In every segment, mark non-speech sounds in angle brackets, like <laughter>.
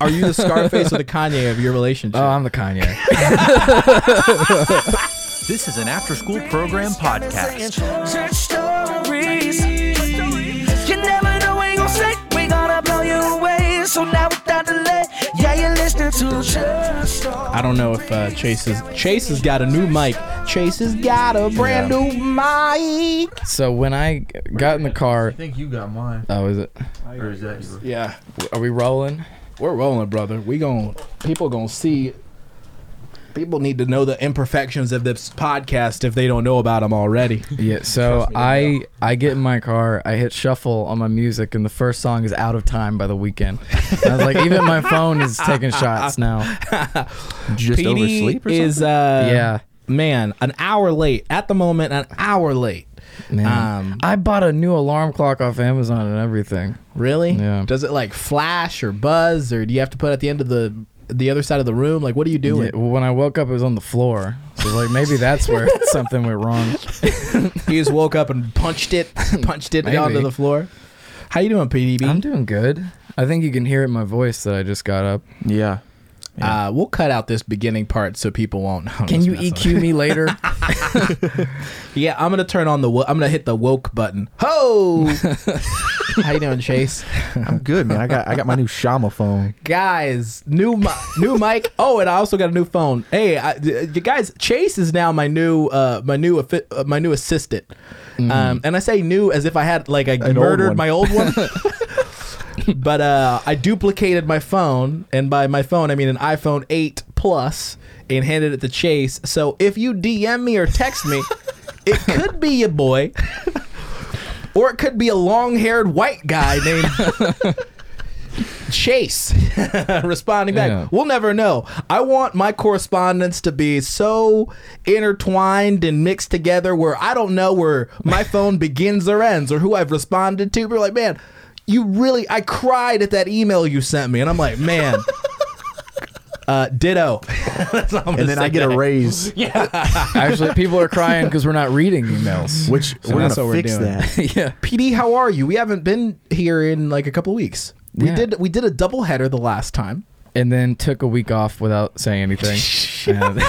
Are you the Scarface or the Kanye of your relationship? Oh, I'm the Kanye. This is an after school program podcast. Church stories. You never know what you gonna say. We gonna blow you away. So now without delay, yeah, you're listening to church stories. I don't know if uh, Chase is Chase has got a new mic. Chase has got a brand Yeah. new mic. so when I got in the car, I think you got mine. oh, is it? Or is that yours? Yeah, Are we rolling? we're rolling, brother. We gon' people gonna see. People need to know the imperfections of this podcast if they don't know about them already. Yeah. So I I get in my car, I hit shuffle on my music, and the first song is "Out of Time" by The Weeknd. And I was like, even my phone is taking shots now. Did you just PD oversleep or is something? uh Yeah. man an hour late at the moment an hour late. Man, Um, I bought a new alarm clock off Amazon and everything. Really? Yeah. Does it like flash or buzz or do you have to put it at the end of the the other side of the room? Like what are you doing? Yeah, well, when I woke up, it was on the floor. So like maybe that's where something went wrong. he just woke up and punched <laughs> it, punched it Maybe. onto the floor. How you doing, PDB? I'm doing good. I think you can hear it in my voice that I just got up. Yeah. uh, we'll cut out this beginning part so people won't. know. Can you E EQ me later? Yeah, I'm gonna turn on the. Wo- I'm gonna hit the woke button. <laughs> Ho! How you doing, Chase? I'm good, man. I got I got my new Shama phone. <laughs> guys, new mi- new <laughs> mic. Oh, and I also got a new phone. Hey, I, you guys, Chase is now my new uh, my new affi- uh, my new assistant. Um, and I say new as if I had like I Mm-hmm. old murdered one. my old <laughs> one. <laughs> but uh, I duplicated my phone, and by my phone I mean an iPhone 8 Plus, and handed it to Chase. So if you DM me or text <laughs> me, it could be your boy. Or it could be a long-haired white guy named Chase <laughs> responding back. Yeah. We'll never know. I want my correspondence to be so intertwined and mixed together where I don't know where <laughs> my phone begins or ends or who I've responded to. We're like, man, you really, I cried at that email you sent me. And I'm like, <laughs> man. Uh, ditto. <laughs> That's all I'm gonna And then I say get a back. <laughs> raise, Actually, people are crying because we're not reading emails. which we're that's gonna what we're fix doing. <laughs> that. yeah. PD, how are you? We haven't been here in like a couple weeks. We Yeah. did we did a double header the last time. And then took a week off without <laughs> saying anything. and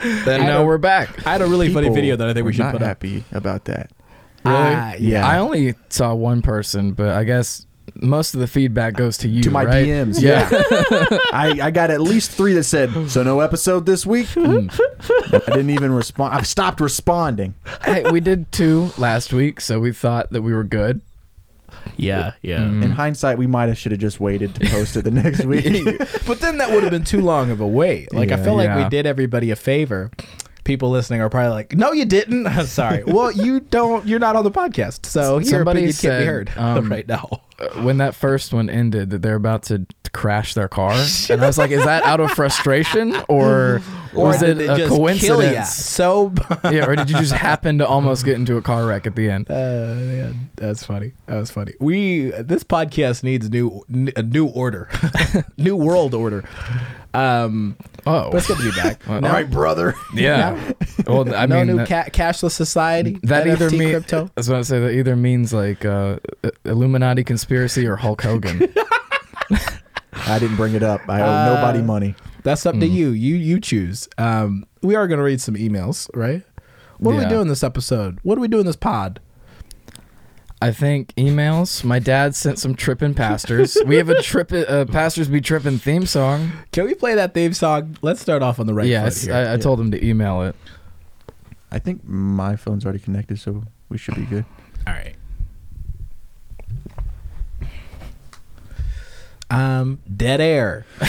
and now we're back. I had a <laughs> really funny People video that I think we were should not put up. happy about that. Ah, yeah. I only saw one person, but I guess most of the feedback goes to you. To my right? DMs, yeah. <laughs> I, I got at least three that said, "So no episode <laughs> this week." Hmm. I didn't even respond. I've stopped responding. hey, we <laughs> did two last week, so we thought that we were good. Yeah, yeah. In hindsight, we might have should have just waited to post it <laughs> the <laughs> next week. but then that would have been too long of a wait. Like I Yeah, feel like we yeah. did everybody a favor. People listening are probably like, "No, you didn't." <laughs> I'm sorry. well, you don't. You're not on the podcast, so your Somebody opinion can't be said, heard <laughs> um, right <laughs> now. When that first one ended, that they're about to crash their car, and I was like, "Is that out of frustration, or, <laughs> was did it, they a just kill ya? coincidence?" So yeah, or did you just happen to almost get into a car wreck at the end? <laughs> Uh, man, that's funny. That was funny. We this podcast needs new n- a new order, <laughs> new world order. Um, Oh, but it's good to be back. <laughs> Well, No- all All right, brother. <laughs> yeah. Well, I no mean, new that, ca- cashless society. that NFT either means crypto. that's what I say. That either means like uh, Illuminati conspiracy or Hulk <laughs> Hogan. I didn't bring it up. I owe Uh, nobody money. That's up to you. You you choose. Um, we are gonna read some emails, right? What are we Yeah. doing this episode? What are we doing this pod? I think emails. My dad sent some trippin' pastors. we have a <laughs> trip uh, pastors be trippin' theme song. Can we play that theme song? Let's start off on the right yeah, foot it's- here. I, I told him to email it. I think my phone's already connected, so we should be good. All right. Um, dead air. <laughs>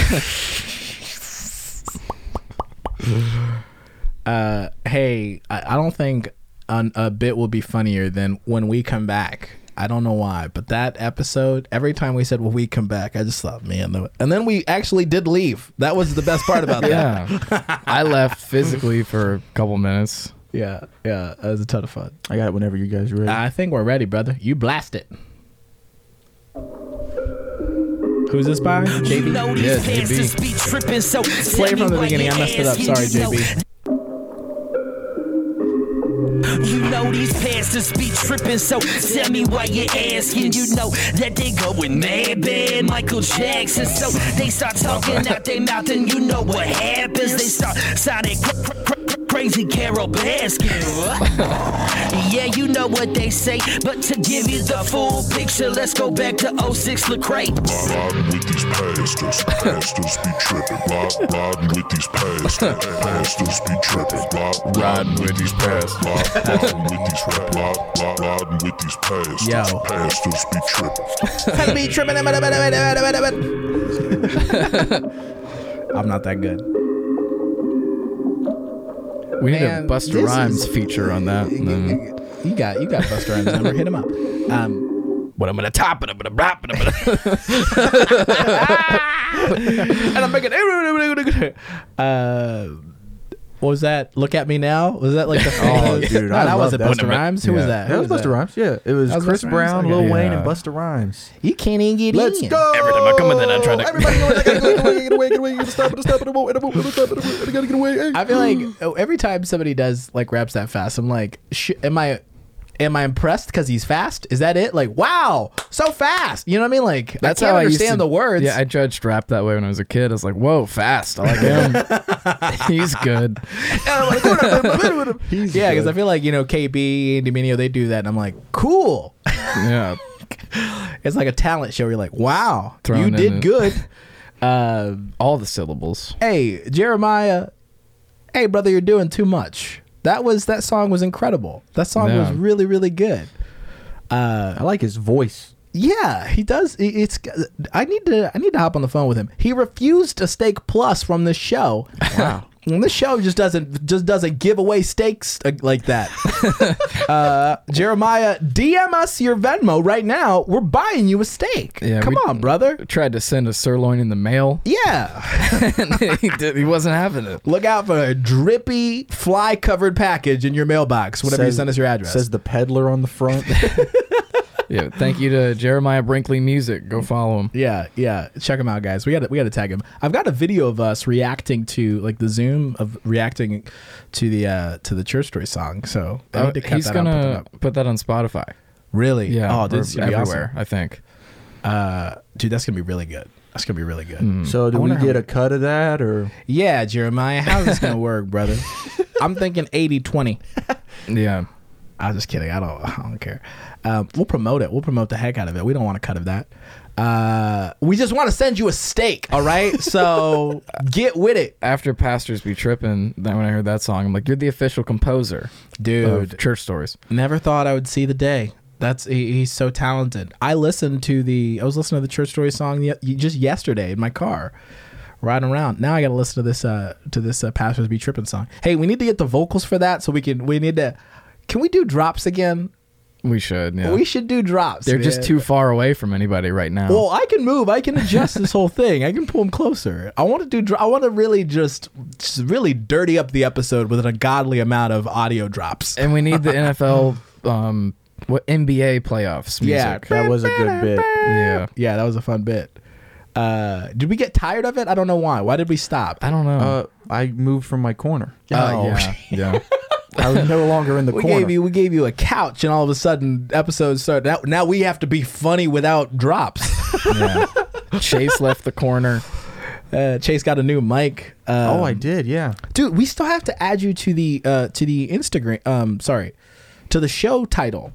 uh, hey, I, I don't think an, a bit will be funnier than when we come back. I don't know why, but that episode, every time we said "when we come back," I just thought, man, the- and then we actually did leave. That was the best part about that. <laughs> Yeah, <laughs> I left physically for a couple minutes. Yeah, yeah, that was a ton of fun. I got it whenever you guys are ready. I think we're ready, brother. You blast it. Who's this by? JB. Know these Yeah, JB. pastors be tripping, so Play it from the beginning. I messed it up. Sorry, JB. JB. You know these bastards be tripping, so tell me why you asking. You know that they going mad bad, Michael Jackson. So they start talking out their mouth, and you know what happens. They start sounding cr- cr- cr- cr- crazy, Carol Baskin. <laughs> Yeah, you know what they say, but to give you the full picture, let's go back to 06 Lecrae. Riding with these pastors, pastors be tripping. Ride- Riding with these pastors, pastors be tripping. Ride- Riding with these pastors, Ride- riding with these ride- ride- riding with these pastors, Yo. pastors be tripping. be tripping. I'm not that good. We need Man, a Buster this Rhymes is- feature on that. Mm. You got you got Buster Rhymes number. Hit him up. Um, But I'm gonna top it. I'm gonna wrap it. I'm gonna. <laughs> and I'm making. Uh, what was that? Look at me now. Was that like the? <laughs> Oh, dude, No, that I love wasn't that. Buster Rhymes. Who was Yeah. that? Who That was Buster Rhymes. Yeah, it was, That was Chris Busta Rhymes? Brown, Okay. Lil Wayne, and Yeah. Buster Rhymes. You can't even get Let's in. go! Every time I come in, then I try to- Everybody go! I gotta <laughs> get away! Get away! Get away! Get stop! Stop! Stop! I gotta get away! I feel like oh, every time somebody does like raps that fast, I'm like, sh- am I, am I impressed because he's fast? Is that it? Like, wow, so fast. You know what I mean? Like, That's I can't how I used understand to- the words. Yeah, I judged rap that way when I was a kid. I was like, "Whoa, fast! I like him. <laughs> <laughs> He's good." <laughs> because I feel like you know KB and Dominio they do that, and I'm like, cool. <laughs> Yeah, It's like a talent show. You're like, wow, Thrown you in did it. <laughs> good. uh, all the syllables. hey, Jeremiah, hey brother, you're doing too much. That was that song was incredible. That song Yeah. was really really good. I like his voice. Yeah, he does. i- It's I need to I need to hop on the phone with him. He refused a steak plus from the show. Wow. <laughs> And this show just doesn't just doesn't give away steaks uh, like that. uh, Jeremiah, DM us your Venmo right now. We're buying you a steak. Yeah, Come we- on, brother. Tried to send a sirloin in the mail, <laughs> Yeah. and he, did, he wasn't having it. Look out for a drippy fly covered package in your mailbox whenever you Says- send us your address. Says the peddler on <laughs> the front. Yeah, thank you to Jeremiah Brinkley Music. Go follow him. Yeah, yeah. Check him out, guys. We got to we got to tag him. I've got a video of us reacting to like the Zoom of reacting to the uh to the Church Story song. So I need to Uh, cut he's that out, gonna put that up. put that on Spotify. Really? Yeah, Oh, dude, or it's gonna be everywhere. I think. awesome. Uh, dude, that's gonna be really good. That's gonna be really good. Mm. so do we wonder how get a cut of that or? Yeah, Jeremiah, how's this <laughs> gonna work, brother? I'm thinking 80-20. Yeah, I'm just kidding. I don't. I don't care. Um, we'll promote it. We'll promote the heck out of it. We don't want a cut of that. Uh, we just want to send you a steak. All <laughs> right. So get with it, after pastors be tripping, then when I heard that song, I'm like, "You're the official composer dude. of Church Stories." Never thought I would see the day. That's he, he's so talented. I listened to the I was listening to the Church Story song ye- just yesterday in my car, riding around. Now I got to listen to this uh to this uh, Pastors Be Tripping song. Hey, we need to get the vocals for that so we can we need to. Can we do drops again? We should. Yeah, We should do drops. They're just man. too far away from anybody right now. Well, I can move. I can adjust this whole thing. I can pull them closer. I want to do. dr- I want to really just, just really dirty up the episode with an ungodly amount of audio drops. and we need the <laughs> NFL, um, what NBA playoffs music. That was a good bit. yeah. Yeah, that was a fun bit. Uh, did we get tired of it? I don't know why. Why did we stop? I don't know. Uh, I moved from my corner. Uh, Oh, yeah, <laughs> yeah. I was no longer in the We corner. gave you we gave you a couch, and all of a sudden episodes started. Now, now we have to be funny without <laughs> drops. Chase left the corner. uh, Chase got a new mic. Uh, oh, I did. Yeah. dude, we still have to add you to the uh, to the Instagram. Um, sorry, to the show title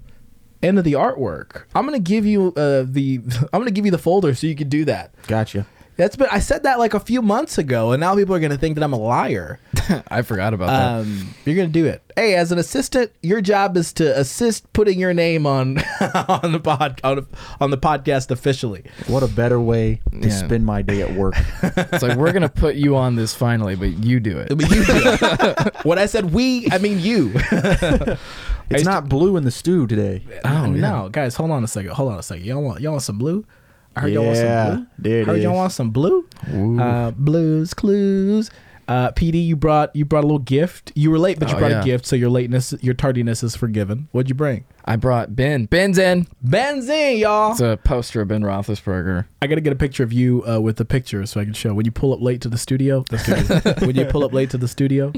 and to the artwork. I'm gonna give you uh, the <laughs> I'm gonna give you the folder so you can do that. Gotcha. That's been I said that like a few months ago, and now people are gonna think that I'm a liar. I forgot about that. Um, you're gonna do it. Hey, as an assistant, your job is to assist putting your name on <laughs> on the pod on, on the podcast officially. What a better way to Yeah. spend my day <laughs> at work. It's like we're gonna put you on this finally, but you do it. But you do it. <laughs> when I said we, I mean you. It's not blue in the stew today. Oh <laughs> no, guys, hold on a second. Hold on a second. Y'all want y'all want some blue? I heard y'all want Yeah, some blue. there it I heard y'all is. want some blue. Uh, blues clues. Uh, PD, you brought you brought a little gift. You were late, but you Oh, brought yeah. a gift, so your lateness, your tardiness is forgiven. What'd you bring? I brought Ben. Ben's in. Benzine, y'all. It's a poster of Ben Roethlisberger. I gotta get a picture of you <laughs> uh, with the picture so I can show. When you pull up late to the studio, the studio. when you pull up late to the studio,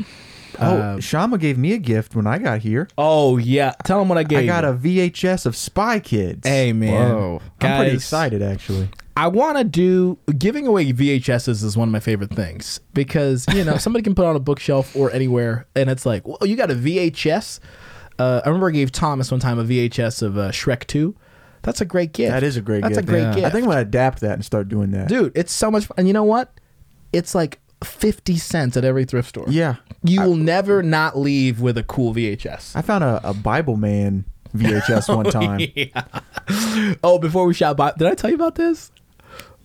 Oh, Shama gave me a gift when I got here. Oh yeah, tell them what I gave. I got you. a VHS of Spy Kids. Hey man, Whoa. I'm pretty Guys, excited actually. I want to do giving away VHSs is one of my favorite things because you know somebody can put on a bookshelf or anywhere, and it's like, well, you got a VHS. Uh, I remember I gave Thomas one time a VHS of uh, Shrek Two. That's a great gift. That is a great That's gift. a great Yeah. gift. I think I'm gonna adapt that and start doing that. dude, it's so much fun. And you know what? It's like fifty cents at every thrift store. Yeah. you will never not leave with a cool VHS. <laughs> I found a, a Bible man VHS <laughs> one time. oh, before we shot, Bi- did I tell you about this?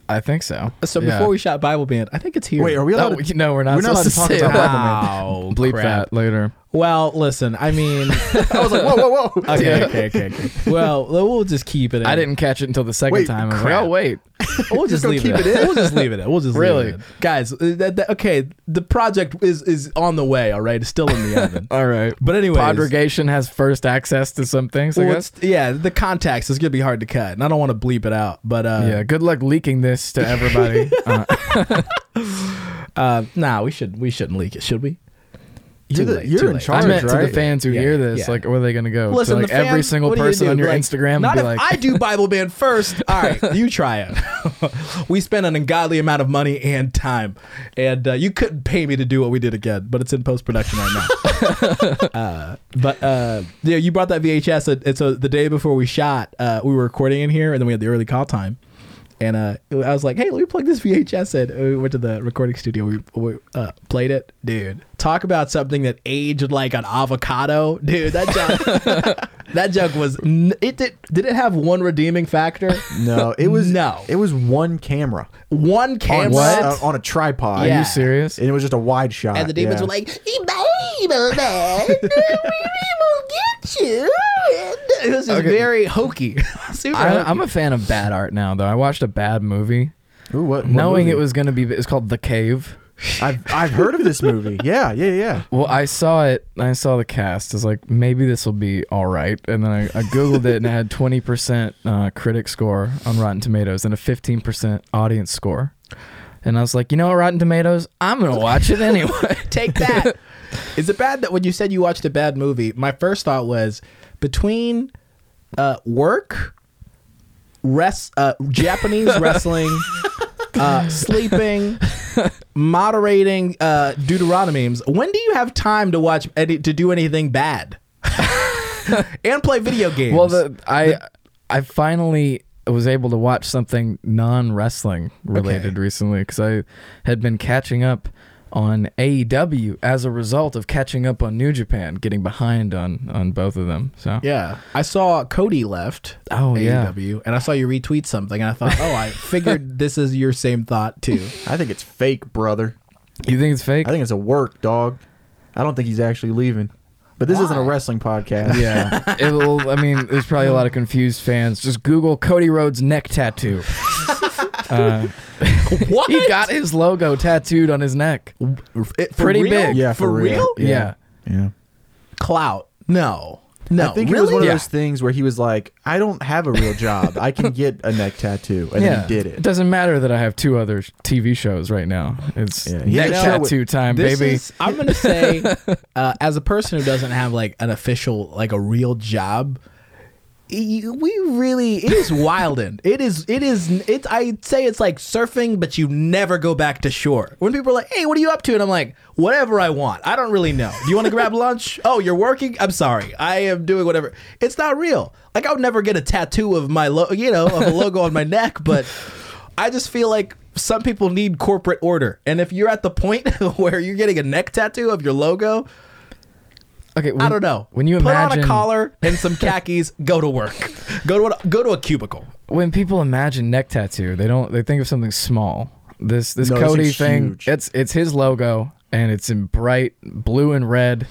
I think so. So Yeah. before we shot Bible Band, I think it's here. Wait, are we Oh, allowed we- to no, we're not. We're not supposed allowed to, to talk say about that. Wow, Bleep crap. that later. Well, listen, I mean, I was like, whoa, whoa, whoa. okay, okay, okay, okay. Well, we'll just keep it. In. I didn't catch it until the second Wait, time. I was crap. like, oh wait, We'll just, leave it. in. We'll just leave it. in. We'll just Really? leave it in. guys. uh, That, that, okay, the project is is on the way. All right, it's still in the oven. all right. But anyways, Podregation has first access to some things. I well, guess. it's- yeah, the contacts is gonna be hard to cut, and I don't want to bleep it out. But uh, Yeah. Good luck leaking this <laughs> to everybody. Uh, uh, nah, we should we shouldn't leak it, should we? You're, Too the, late, you're too in late. charge, I meant to right? the fans who Yeah, hear this, yeah. like, where are they gonna go? To, Listen, like the fans, every single what do you person do? on your Like, Instagram Not would be if like, I do Bible band <laughs> first. All right, you try it. we spent an ungodly amount of money and time, and uh, you couldn't pay me to do what we did again. But it's in post production right now. uh, <laughs> but uh, yeah, you brought that VHS, and, and so uh, the day before we shot, uh, we were recording in here, and then we had the early call time. And uh, I was like, "Hey, let me plug this VHS in." And we went to the recording studio. We, we uh, played it, dude. Talk about something that aged like an avocado, dude. That <laughs> junk, that junk was. N- it did. Did it have one redeeming factor? No, it was No. It was one camera One on, camera. uh, on a tripod. Yeah. Are you serious? And it was just a wide shot. And the demons Uh, were yeah. like, "Hey, Bible man, we will get you." It was just very hokey. <laughs> Super I, hokey. I'm a fan of bad art now, though. I watched a bad movie, Ooh, what, what knowing movie? it was gonna be. It's called The Cave. I've, I've heard of <laughs> this movie. Yeah, yeah, yeah. Well, I saw it. I saw the cast. I was like, maybe this will be all right. And then I, I googled it, and it had twenty percent uh, critic score on Rotten Tomatoes and a fifteen percent audience score. And I was like, you know what, Rotten Tomatoes, I'm gonna watch it anyway. Take that. <laughs> Is it bad that when you said you watched a bad movie, my first thought was between uh, work, rest, uh, <laughs> Japanese wrestling, uh, sleeping, moderating uh, Deuteronomies. When do you have time to watch any, to do anything <laughs> bad and play video games? well, the, I I finally was able to watch something non wrestling related Okay. recently because I had been catching up on AEW as a result of catching up on New Japan, getting behind on on both of them. So yeah, I saw Cody left. Oh, yeah. AEW, and I saw you retweet something, and I thought, oh, I figured this is your same thought <laughs> too. I think it's fake, brother. you think it's fake? I think it's a work, dog. I don't think he's actually leaving. But this isn't a wrestling podcast. yeah, <laughs> it will. I mean, there's probably a lot of confused fans. Just Google Cody Rhodes neck tattoo. Uh, What? he got his logo tattooed on his neck. It- Pretty big. Yeah, for real. Yeah, <laughs> Yeah. Clout? No, no. I think really? it was one of Yeah. those things where he was like, I don't have a real job. <laughs> I can get a neck tattoo. And yeah. then he did It it. doesn't matter that I have two other sh- TV shows right now. It's Yeah. neck Yeah, no, tattoo time, This baby. is- I'm <laughs> gonna say, uh, as a person who doesn't have like an official, like a real job, y- we really it is wilding. It is it is it's. I say it's like surfing, but you never go back to shore. When people are like, "Hey, what are you up to?" and I'm like, "Whatever I want. I don't really know. Do you want to grab lunch? <laughs> Oh, you're working. I'm sorry. I am doing whatever. It's not real. Like I would never get a tattoo of my lo- you know of a logo on my neck, but I just feel like some people need corporate order, and if you're at the point <laughs> where you're getting a neck tattoo of your logo, okay, I when- don't know. When you put imagine on a <laughs> collar and some khakis, go to work. Go to a, go to a cubicle. when people imagine neck tattoo, they don't. They think of something small. This this No, this Cody is thing. huge. It's it's his logo, and it's in bright blue and red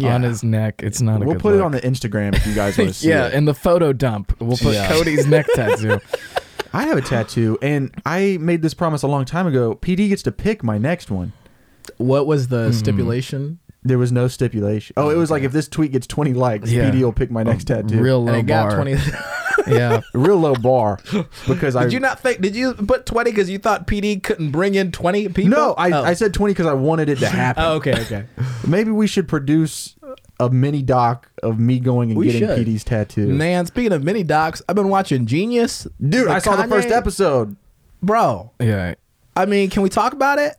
on Yeah. his neck. It's not. A We'll good put it look. on the Instagram if you guys <laughs> want to see yeah, it. in the photo dump, we'll put Yeah. Cody's neck <laughs> tattoo. I have a tattoo, and I made this promise a long time ago. PD gets to pick my next one. What was the Mm-hmm. stipulation? There was no stipulation. Oh, it was like if this tweet gets 20 likes, Yeah. PD will pick my next tattoo. Real low And it got bar. twenty. <laughs> <laughs> yeah. Real low <laughs> bar because I Did you not think? Did you put twenty because you thought PD couldn't bring in twenty people? no I, Oh. I said twenty because I <laughs> wanted it to happen. Oh, okay, okay. Maybe we should produce a mini doc of me going and We getting should. PD's tattoo. Man, speaking of mini docs, I've been watching Genius, Dude, I saw the Kanye- first episode. bro. Yeah. I mean, can we talk about it?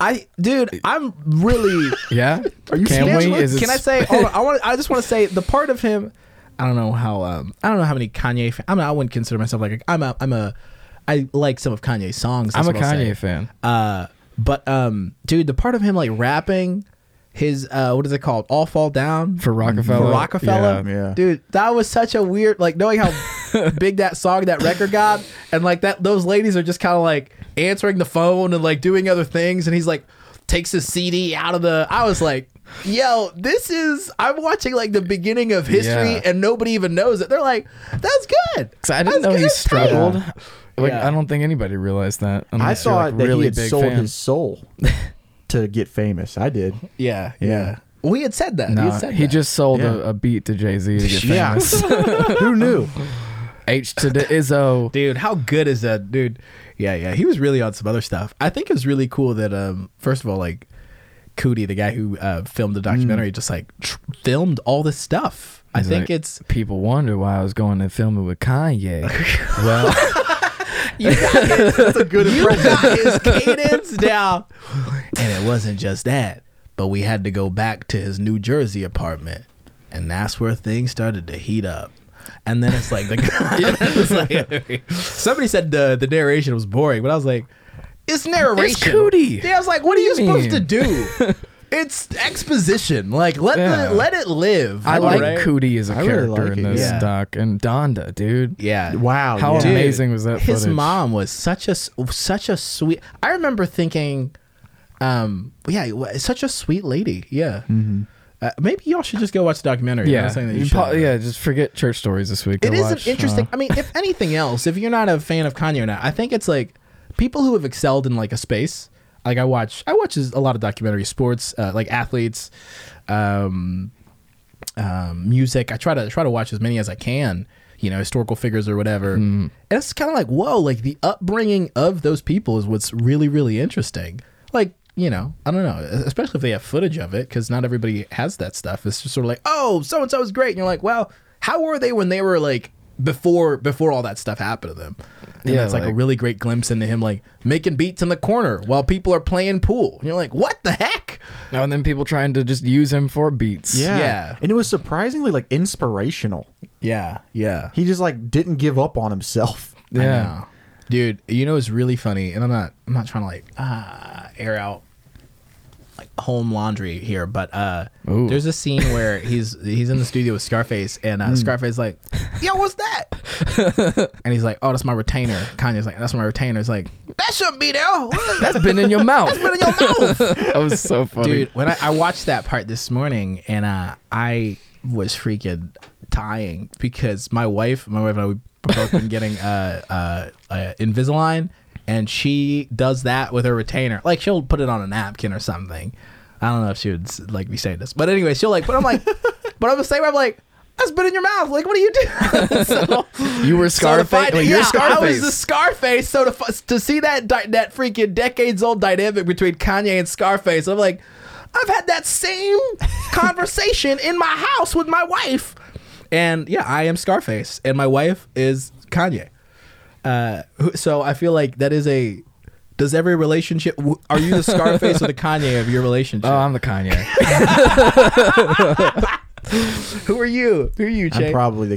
I, dude, I'm <laughs> really. Yeah. Are you Can Can, we? Is it can I <laughs> say? hold on, I want. I just want to say the part of him. I don't know how. Um, I don't know how many Kanye. Fan, I'm. Not, I wouldn't consider myself like. A, I'm a. I'm a. I like some of Kanye's songs. I'm that's a what I'll say. Kanye fan. Uh, but um, dude, the part of him like rapping his uh, what is it called? All fall down Mm-hmm. For Rockefeller. For Rockefeller, Yeah. Yeah. Dude, that was such a weird like knowing <laughs> how big that song, that record got, and like that those ladies are just kind of like answering the phone and like doing other things, and he's like takes his CD out of the. I was like. Yo, this is I'm watching like the beginning of history Yeah. and nobody even knows it. They're like, that's good. 'Cause I That's didn't know he good. struggled. Like Yeah. I don't think anybody realized that. I unless you're, thought like, that really he had big sold fan. <laughs> his soul to get famous. I did. Yeah, yeah. We had said that. we Nah, had said he that. just sold Yeah. a, a beat to Jay Z to get Yeah. famous. <laughs> Who knew? H to the Izzo. dude how good is that dude yeah yeah he was really on some other stuff i think it was really cool that um first of all like Cootie, the guy who uh, filmed the documentary just like tr- filmed all this stuff i Mm. He's think like, it's people wonder why I was going and filming <laughs> with Kanye. well, you got his, that's a good <laughs> you got his cadence down <laughs> and it wasn't just that but we had to go back to his new jersey apartment and that's where things started to heat up and then it's like the <laughs> guy it's like- <laughs> somebody said the, the narration was boring but i was like it's narration It's Cootie. yeah i was like what, are you do you supposed to do <laughs> it's exposition like let Yeah. the, let it live I like Alright? Cootie as a I character really like in it, this yeah. doc, and Donda, dude. yeah Wow. How yeah. amazing was that? his footage? mom was such a s- such a sweet i remember thinking um yeah wa- such a sweet lady yeah uh, maybe y'all should just go watch the documentary I'm Yeah, not saying that you Mm-hmm. You po- should. yeah. Just forget church stories this week. it Go is watch, an interesting uh, i mean <laughs> if anything else if you're not a fan of kanye or not i think it's like people who have excelled in like a space like i watch i watch a lot of documentary sports uh, like athletes um um, music. I try to try to watch as many as I can, you know, historical figures or whatever. And it's kind of like, whoa, like the upbringing of those people is what's really really interesting. Like, you know, I don't know, especially if they have footage of it, because not everybody has that stuff. It's just sort of like, oh, so and so is great, and you're like, well, how were they when they were like before before all that stuff happened to them? And Yeah, yeah, it's like, a like- really great glimpse into him like making beats in the corner while people are playing pool. And you're like, what the heck? oh, and then people trying to just use him for beats. <laughs> Yeah. Yeah. And it was surprisingly like inspirational. Yeah, yeah. He just like didn't give up on himself. I yeah. <laughs> know. dude. You know it's really funny, and I'm not I'm not trying to like uh, air out like home laundry here, but uh, Ooh. there's a scene where he's he's in the studio with Scarface, and Hmm. uh, Scarface like, "Yo, what's that?" <laughs> and he's like, "Oh, that's my retainer." Kanye's like, "That's my retainer." It's like that shouldn't be there. What is That's <laughs> been in your mouth. that in your mouth? that was so funny. dude when I, I watched that part this morning and uh i was freaking dying because my wife my wife and i we both been getting uh, uh uh invisalign and she does that with her retainer like she'll put it on a napkin or something i don't know if she would s- like be saying this but anyway she'll like but i'm like <laughs> but i'm the same i'm like that's been in your mouth. Like, what do you do? so, You were so Scarface. to find- well, yeah, you're I was the Scarface. Scarface. So to fi- to see that di- that freaking decades old dynamic between Kanye and Scarface, I'm like, I've had that same conversation in my house with my wife, and yeah, I am Scarface, and my wife is Kanye. Uh, who- so I feel like that is a. Does every relationship? w- Are you the Scarface or the Kanye of your relationship? Oh, I'm <laughs> the Kanye. Who are you? Who are you, I'm Jay? probably the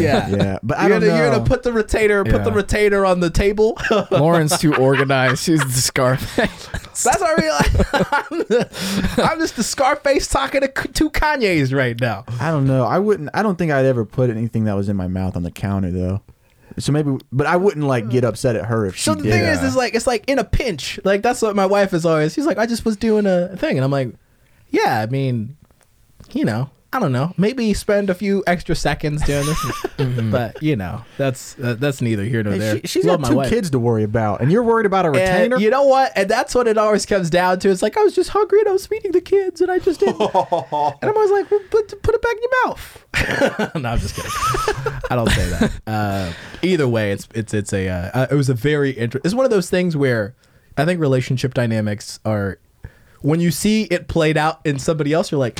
<laughs> Yeah. Yeah. But I you're, don't gonna, know. you're gonna put the retainer, put the Yeah. retainer on the table. <laughs> Lauren's too organized. She's the Scarface. That's what I realized. <laughs> I'm just the Scarface talking to K- two Kanyes right now. I don't know. I wouldn't. I don't think I'd ever put anything that was in my mouth on the counter though. So maybe, but I wouldn't like get upset at her if she So the did. thing is, is like it's like in a pinch. Like that's what my wife is always. She's like, I just was doing a thing, and I'm like, yeah, I mean, you know, I don't know. Maybe spend a few extra seconds doing <laughs> this, but you know, that's uh, that's neither here nor there. Mm-hmm. She, she's Love my got two wife. kids to worry about, and you're worried about a And retainer. you know what? And that's what it always comes down to. It's like I was just hungry and I was feeding the kids, and I just <laughs> didn't. and I'm always like, well, put put it back in your mouth. <laughs> no, I'm just kidding. I don't say that. Uh, either way, it's it's it's a uh, uh, it was a very interesting. It's one of those things where I think relationship dynamics are when you see it played out in somebody else, you're like.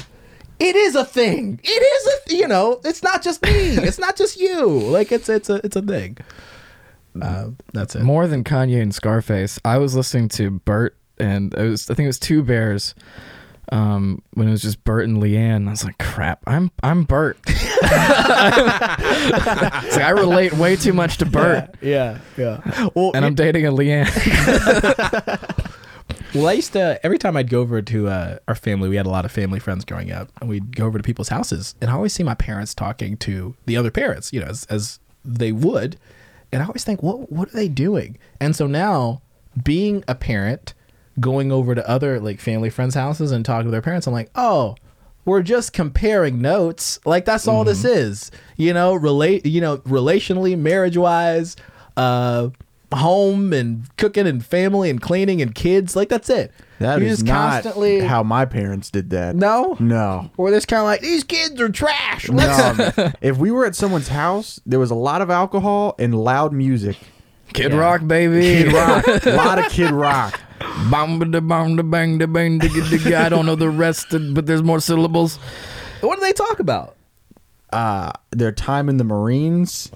It is a thing. It is a, th- you know. It's not just me. It's not just you. Like it's it's a it's a thing. Uh, that's it. More than Kanye and Scarface, I was listening to Bert and it was I think it was Two Bears. Um, when it was just Bert and Leanne, I was like, "Crap, I'm I'm Bert." <laughs> It's like, I relate way too much to Bert, Yeah, yeah. Well, and I'm dating a Leanne. <laughs> Well, I used to every time I'd go over to uh, our family. We had a lot of family friends growing up, and we'd go over to people's houses, and I always see my parents talking to the other parents, you know, as, as they would, and I always think, what what are they doing? And so now, being a parent, going over to other like family friends' houses and talking to their parents, I'm like, oh. We're just comparing notes. Like that's all this is. You know, relate you know, relationally, marriage wise, uh home and cooking and family and cleaning and kids. Like that's it. that You're is just not constantly how my parents did that. no no. Or this kind of like these kids are trash. Let's <laughs> No. if we were at someone's house, there was a lot of alcohol and loud music. Kid Rock, baby. <laughs> Kid Rock, <laughs> a lot of Kid Rock. Bam da bam da bang da bang digga digga. I don't know the rest, of- but there's more syllables. what do they talk about? Uh, their time in the Marines.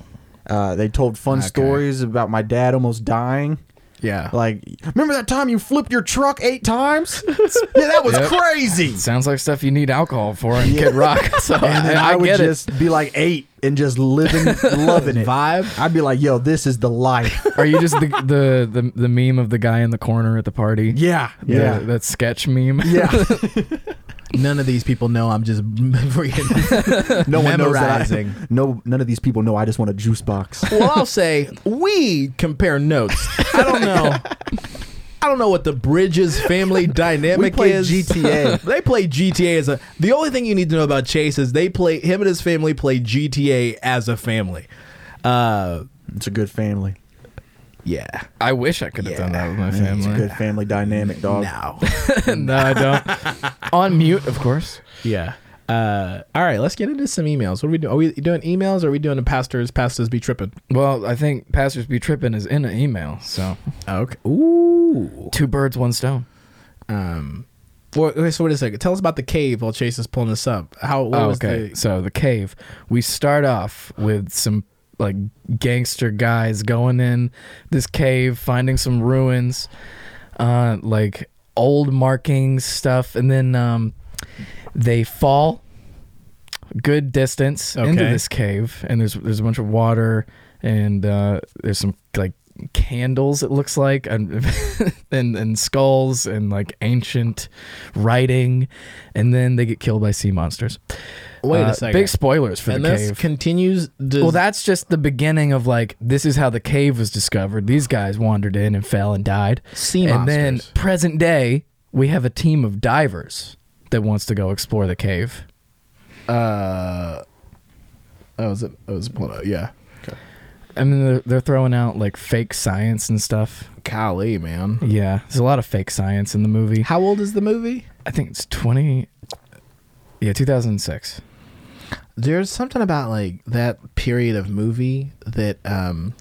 Uh, they told fun stories about my dad almost dying. Yeah. Like, remember that time you flipped your truck eight times? yeah, that was crazy. Sounds like stuff you need alcohol for in Kid Rock. <laughs> So And then I, I, would get just be like eight and just living, loving it. Vibe? I'd be like, yo, this is the life. it. Are you just the, the the the meme of the guy in the corner at the party? Yeah, Yeah, yeah, that sketch meme. yeah. <laughs> None of these people know I'm just <laughs> No one knows that. I, Memorizing. no, none of these people know. I just want a juice box. <laughs> well, I'll say we compare notes. I don't know. <laughs> I don't know what the Bridges <laughs> family dynamic play is. <laughs> GTA. they play GTA as a. The only thing you need to know about Chase is they play him and his family play GTA as a family. Uh, It's a good family. yeah. I wish I could have done that with my It's a family. good family dynamic, dog. <laughs> Now. no, I don't. On mute, of course. Yeah. Uh, all right, let's get into some emails. What are we doing? Are we doing emails? Or are we doing the pastors? Pastors be tripping. Well, I think pastors be tripping is in an email. So Okay. Ooh. two birds, one stone. Um. Well, wait, so wait a second. Tell us about the cave while Chase is pulling this up. How? What Oh, was okay. the- So the cave. We start off with some like gangster guys going in this cave, finding some ruins, uh, like old markings stuff, and then um, they fall good distance into Okay. this cave, and there's there's a bunch of water, and uh, there's some like candles it looks like and, <laughs> and and skulls and like ancient writing and then they get killed by sea monsters Wait uh, a second. Big spoilers for and the this cave. continues. Does, well, that's just the beginning of like this is how the cave was discovered. These guys wandered in and fell and died. Sea and then monsters. present day, we have a team of divers that wants to go explore the cave. uh, Oh, is it? Oh, is it pulling up? Yeah. I mean, they're, they're throwing out like fake science and stuff. Golly, <laughs> man. Yeah, there's a lot of fake science in the movie. How old is the movie? I think it's twenty. Yeah, two thousand six. There's something about like that period of movie that um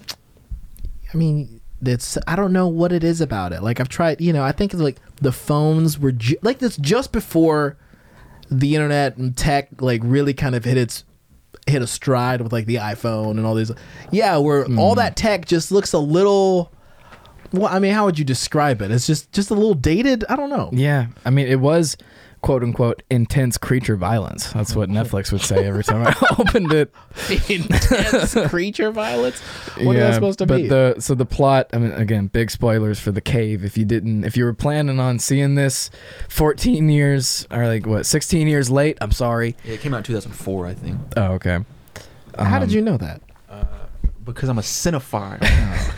I mean, it's I don't know what it is about it. Like I've tried, you know, I think it's like the phones were ju- like this just before the internet and tech like really kind of hit its hit a stride with like the iPhone and all these. Yeah, where Mm-hmm. all that tech just looks a little. Well, I mean, how would you describe it? It's just just a little dated. I don't <laughs> know. Yeah, I mean, it was quote unquote intense creature violence. That's Oh. what Netflix would say every <laughs> time I opened it. Intense <laughs> creature violence. What are they supposed to but be? the so the plot. I mean, again, big spoilers for the cave. If you didn't, if you were planning on seeing this, fourteen years or like what, sixteen years late. I'm sorry. Yeah, it came out in 2004, I think. Oh, okay. how um, did you know that? Because I'm a cinephile,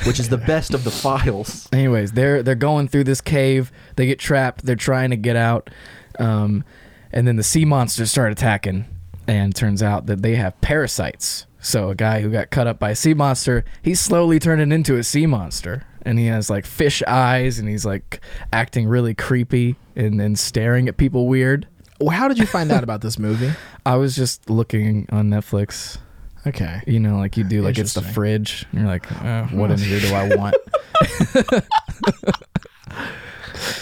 which is the best of the files. Anyways, they're they're going through this cave. They get trapped. They're trying to get out, um, and then the sea monsters start attacking. and turns out that they have parasites. So a guy who got cut up by a sea monster, he's slowly turning into a sea monster, and he has like fish eyes, and he's like acting really creepy and then staring at people weird. Well, How did you find out about this movie? I was just looking on Netflix, Okay. you know, like you do, like it's the Interesting. fridge. And you're like, uh, what in here do I want? <laughs>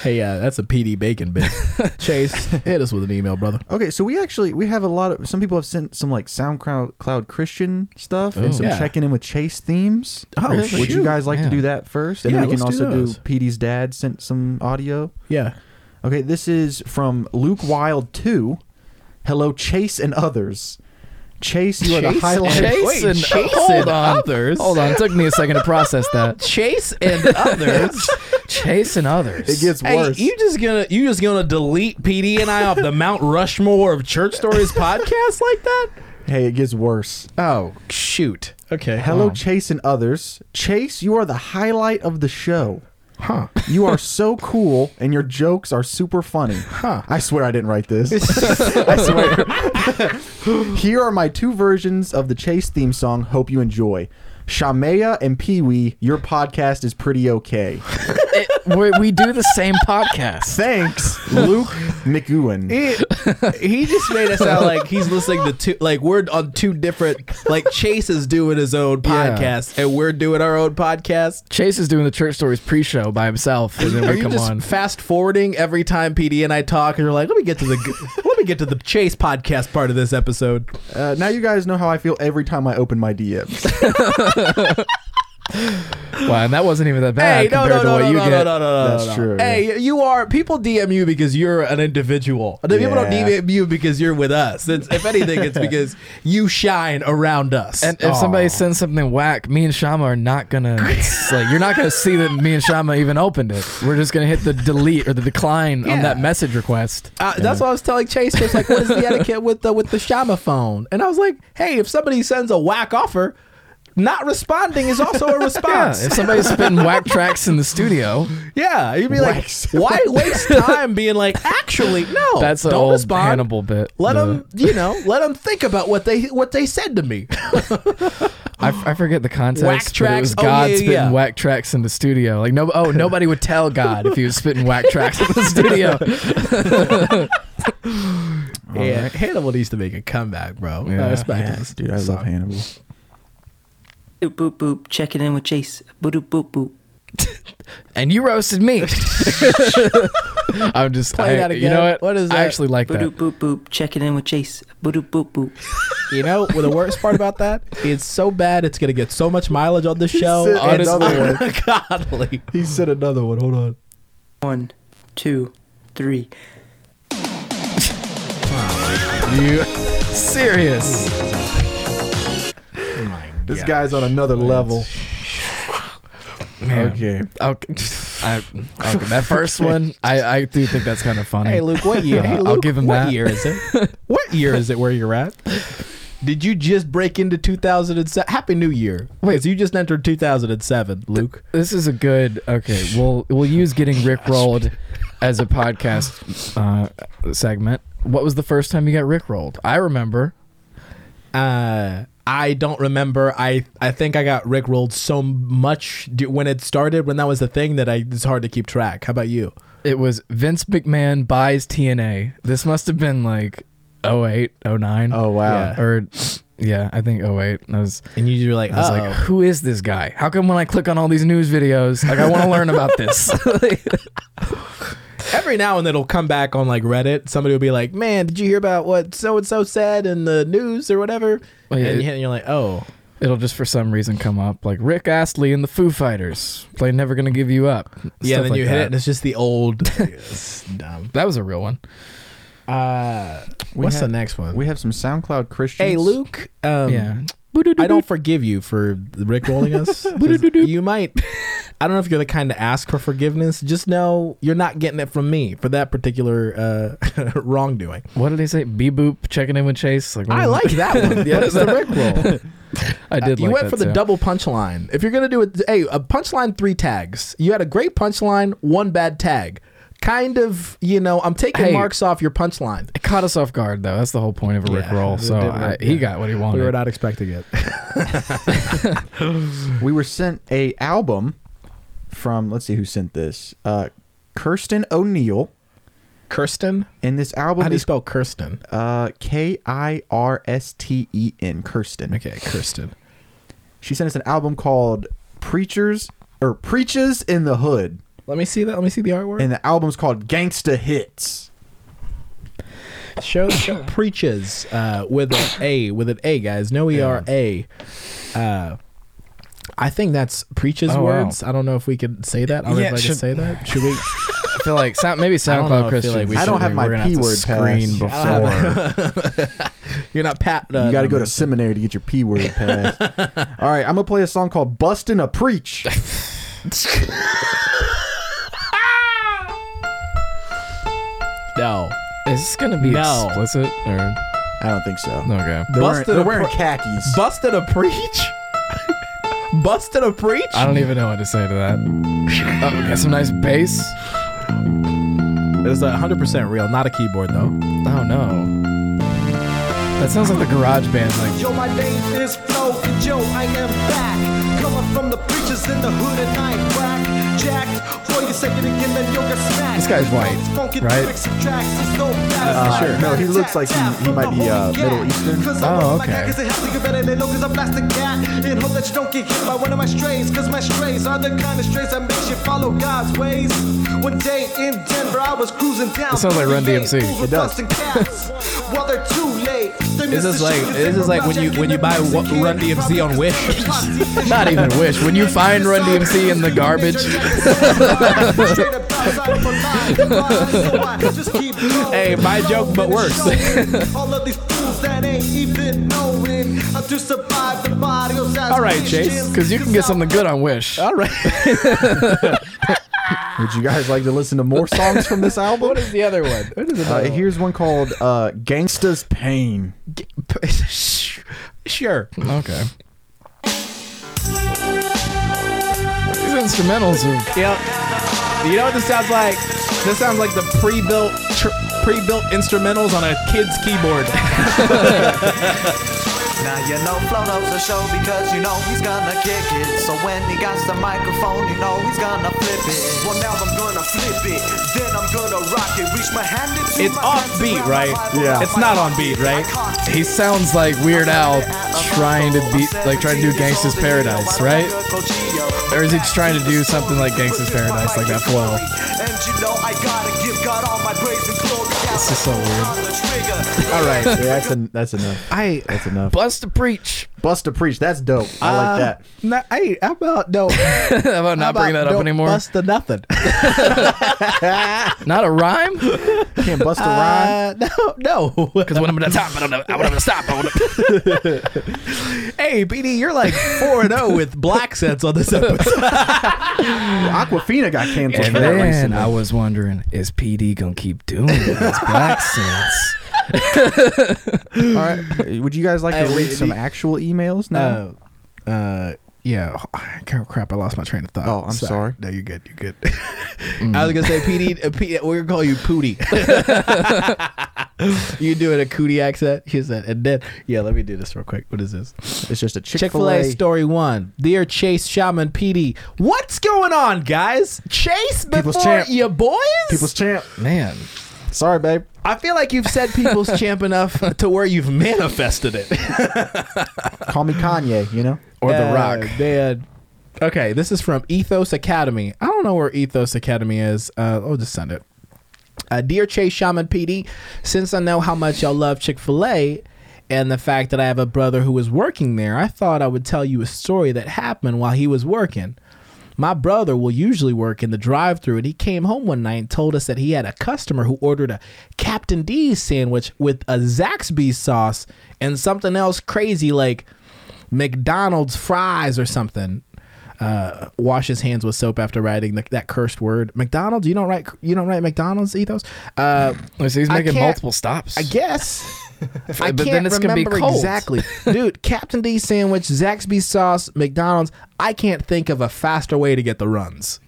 Hey, uh, that's a PD Bacon <laughs> bit. Chase, hit us with an email, brother. Okay, so we actually we have a lot of some people have sent some like SoundCloud Cloud Christian stuff and some Oh. Yeah. checking in with Chase themes. Oh, Would shoot. you guys like Yeah. to do that first? And Yeah, then we can let's do also do, those. PD's dad sent some audio. Yeah. Okay, this is from Luke Wild 2. Hello Chase and others. Chase, you are the Chase? highlight. Chase Wait, and- hold and on, others? Hold on, it took me a second to process <laughs> that. Chase and <laughs> others. Chase and others. It gets Hey, worse. you just gonna you just gonna delete PD and I off the Mount Rushmore of Church Stories podcast like that? hey, it gets worse. Oh shoot. Okay. Hello, Chase and others. Chase, you are the highlight of the show. Huh. You are so cool and your jokes are super funny. Huh. I swear I didn't write this. <laughs> I swear. Here are my two versions of the Chase theme song. Hope you enjoy. Shamea and Pee Wee, your podcast is pretty okay. we, we do the same <laughs> podcast. Thanks, <laughs> Luke McEwen. He, he just made us sound like he's listening to two like we're on two different like Chase is doing his own Yeah. podcast and we're doing our own podcast. Chase is doing the church stories pre-show by himself, and then Are we you come just on. fast forwarding every time PD and I talk, and you're like, "Let me get to the g- let me get to the Chase podcast part of this episode." Uh, now you guys know how I feel every time I open my DMs. Wow, and that wasn't even that bad hey, no, compared no, to no, what no, you no, get. no, no, no, no, That's no. true, Hey, you are people DM you because you're an individual. The People don't Yeah. DM you because you're with us. It's, if anything, <laughs> it's because you shine around us. And if somebody sends something whack, me and Shama are not <laughs> gonna it's like you're not gonna see that me and Shama even opened it. We're just gonna hit the delete or the decline on that Yeah. message request. Uh, That's what I was telling Chase. Chase like, what <laughs> is the etiquette with the with the Shama phone? And I was like, hey, if somebody sends a whack offer, not responding is also <laughs> a Yeah, response. if somebody's spitting whack tracks in the studio, Yeah, you'd be Wax. like, <laughs> why waste time being like, actually, no, that's an Oh, don't old respond. Hannibal bit. Let The- them, you know, let them think about what they what they said to me. I, f- I forget the context. Whack But it was tracks. Oh, God yeah, yeah, spitting yeah. whack tracks in the studio. Like no, oh, nobody would tell God if he was spitting whack tracks in the <laughs> studio. yeah, Hannibal needs to make a comeback, bro. Yeah. I respect this. Dude, I love Hannibal. Boop boop boop. Checking in with Chase. Boop boop boop boop. And you roasted <laughs> me. I'm just Play I- that You again. know what? What is I that? actually like Boop that. doop boop boop. Checking in with Chase. Boop doop boop boop. You know, well, the worst part about that, it's so bad, it's gonna get so much mileage on the show. said Honestly, another <laughs> godly. He said another one. Hold on. One, two, three. You <laughs> serious? This guy's on another level. <laughs> Man. Okay. Okay. I, okay. That first one, I, I do think that's kind of funny. Hey Luke, what year? Hey, I'll Luke, give him what that. year is it? <laughs> what year is it where you're at? Did you just break into 2007? Happy New Year! Wait, so you just entered 2007, Luke? This is a good okay. We'll we'll use getting rickrolled as a podcast uh, segment. What was the first time you got rickrolled? I remember. Uh, I don't remember. I I think I got rickrolled so much d- when it started, when that was the thing that I it's hard to keep track. How about you? It was Vince McMahon buys TNA. This must have been like 08, 09. Oh wow. Yeah. Or yeah, I think 08. I was And you were like, I was like, "Oh." "Uh-oh." who is this guy? How come when I click on all these news videos, like I want to learn about <laughs> this? <laughs> <laughs> every now and then it'll come back on like Reddit. Somebody will be like, "Man, did you hear about what so and so said in the news or whatever?" Well, yeah, and, it- you- and you're like, "Oh, It'll just for some reason come up like Rick Astley and the Foo Fighters play "Never Gonna Give You Up." yeah." Stuff Then like you hit that. it, and it's just the old. <laughs> It's dumb. That was a real one. Uh, what's had- the next one? We have some SoundCloud Christians. hey, Luke. Um, Yeah. I don't forgive you for rickrolling <laughs> us. 'cause you might. I don't know if you're the kind to ask for forgiveness. Just know you're not getting it from me for that particular uh, <laughs> wrongdoing. What did they say? Bee boop checking in with Chase. Like I like that one. Yeah, <laughs> yeah, it's the rickroll. <laughs> Uh, I did. you like went that for the too. double punchline. If you're gonna do it, hey, a punchline, three tags. You had a great punchline, one bad tag. kind of, you know, I'm taking Hey. marks off your punchline. It caught us off guard, though. That's the whole point of a Rick roll. it So did I, work, he yeah. got what he wanted. We were not expecting it. We were sent a album from let's see who sent this. Uh, Kirsten O'Neill, Kirsten? and this How album do you is spell Kirsten? uh, K I R S T E N. Kirsten. Okay, Kirsten. She sent us an album called Preachers or Preaches in the Hood, Let me see that. Let me see the artwork. and the album's called Gangsta Hits. show, show preaches uh, with an A with an A, guys. No E R A. Uh, I think that's preaches Oh, wow. words. I don't know if we could say that. I don't Yeah, know if I should- can say that. Should we? <laughs> I feel like sound, maybe don't know, I SoundCloud feel Christian. like we I should- don't have we're my gonna have P to word screen pass. before. You're not pat. Uh, You got to go to seminary to get your <laughs> P word passed. All right, I'm going to play a song called Bustin' a Preach. no. Is this gonna be No. explicit or I don't think so. okay? They're wearing, Bustin' they're a wearing Pre- khakis. Busted a preach. Busted a preach. I don't even know what to say to that. Oh, we got some nice bass. It was 100 percent real, not a keyboard though. Oh no, that sounds like the Garage Band. Like Yo, my name is Flo, and yo, I am back. Coming from the preachers in the hood and I ain't whack. Jacked, boy, you say it again, then you'll get smacked. This guy's white, right? Uh, sure. No, he looks like he- he might be, uh, Middle Eastern. Oh, okay. I'm plastic cat. And hope that you don't get hit by one of my strays. Cause my strays are the kind of strays that makes you follow God's ways. One day in Denver, I was cruising down. It sounds like Run DMC. It does. Well, they're too late. They This is like this is like when you when you buy wa- Run DMC on Wish. not even wish when you find Run DMC in the garbage. <laughs> hey, my joke, but worse. All of these fools that ain't even knowing how to survive the body. All right, Chase, Because you can get something good on Wish. All right. Would you guys like to listen to <laughs> more songs from this album? the other one. What is Uh, here's one called uh, Gangsta's Pain. sure. Okay. <laughs> These instrumentals are Yep. You know what this sounds like? This sounds like the pre-built tr- pre-built instrumentals on a kid's keyboard. Now you know Flo knows the show because you know he's gonna kick it. So when he got the microphone, you know he's gonna flip it. Well, now I'm gonna flip it. Then I'm gonna rock it. Reach my hand into It's my off pants, beat, grab my right? Bible, Yeah. grab It's my not on coffee. beat, right? I cocked it. he sounds like Weird Al trying to beat like trying to do Gangsta's Paradise, right? Or is he just trying to do something like Gangsta's Paradise, like that flow? And you know I gotta give God all my praise and glory. This is so weird. All <laughs> right, yeah, that's, en- that's enough. I That's enough. Bust to preach. <laughs> Bust a Preach. That's dope. I Uh, like that. No, hey, how about <laughs> no? How about not bringing that up anymore? Bust the <laughs> nothing. Not a <laughs> rhyme? Can't bust <laughs> a rhyme. Uh, no, no. <laughs> Because when I'm at the top, I don't know. I want to stop. I wanna... Hey, BD, you're like four and zero with black sets on <laughs> this episode. Aquafina got canceled for that then recently. I was wondering, is PD gonna keep doing this black <laughs> sense? All <laughs> right. Would you guys like to Uh, read we- Oh. some actual emails now? uh, yeah. Oh, crap, I lost my train of thought. Oh, I'm sorry. No, you're good. You're good. <laughs> I was gonna say PD. Uh, P, we're gonna call you Pooty. <laughs> you doing a cootie accent? Here's that. And then, yeah, let me do this real quick. What is this? it's just a Chick Chick Fil Fil A A. story one. Dear Chase Shaman PD, what's going on, guys? Chase People's before champ. you boys. People's champ. Man, Sorry, babe. I feel like you've said people's <laughs> champ enough to where you've manifested it. Call me Kanye. You know. or The Uh, Rock. Man. Okay, this is from Ethos Academy. I don't know where Ethos Academy is. Uh, I'll just send it. Uh, Dear Chase Shaman PD, since I know how much y'all love Chick fil A and the fact that I have a brother who is working there, I thought I would tell you a story that happened while he was working. My brother will usually work in the drive thru and he came home one night and told us that he had a customer who ordered a Captain D's sandwich with a Zaxby's sauce and something else crazy like McDonald's fries or something. Uh, wash his hands with soap after writing the, that cursed word. McDonald's, you don't write, you don't write McDonald's ethos. Uh, So he's I making can't- multiple stops. I <laughs> guess. I But can't then it's gonna be remember cold. exactly, dude. Captain D sandwich, Zaxby sauce, McDonald's. I can't think of a faster way to get the runs.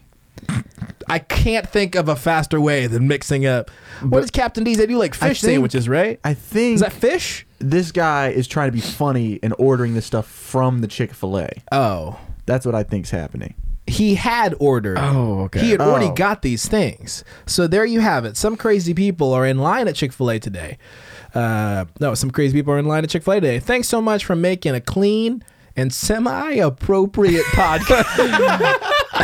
I can't think of a faster way than mixing up. what does Captain D's? They do like I fish think- sandwiches, right? I think Is that fish? this guy is trying to be funny and ordering this stuff from the Chick Fil A. Oh, That's what I think's happening. he had ordered. Oh, okay. He had already Oh. got these things. So there you have it. Some crazy people are in line at Chick fil A today. Uh, no, some crazy people are in line at Chick fil A today. Thanks so much for making a clean and semi <laughs> appropriate podcast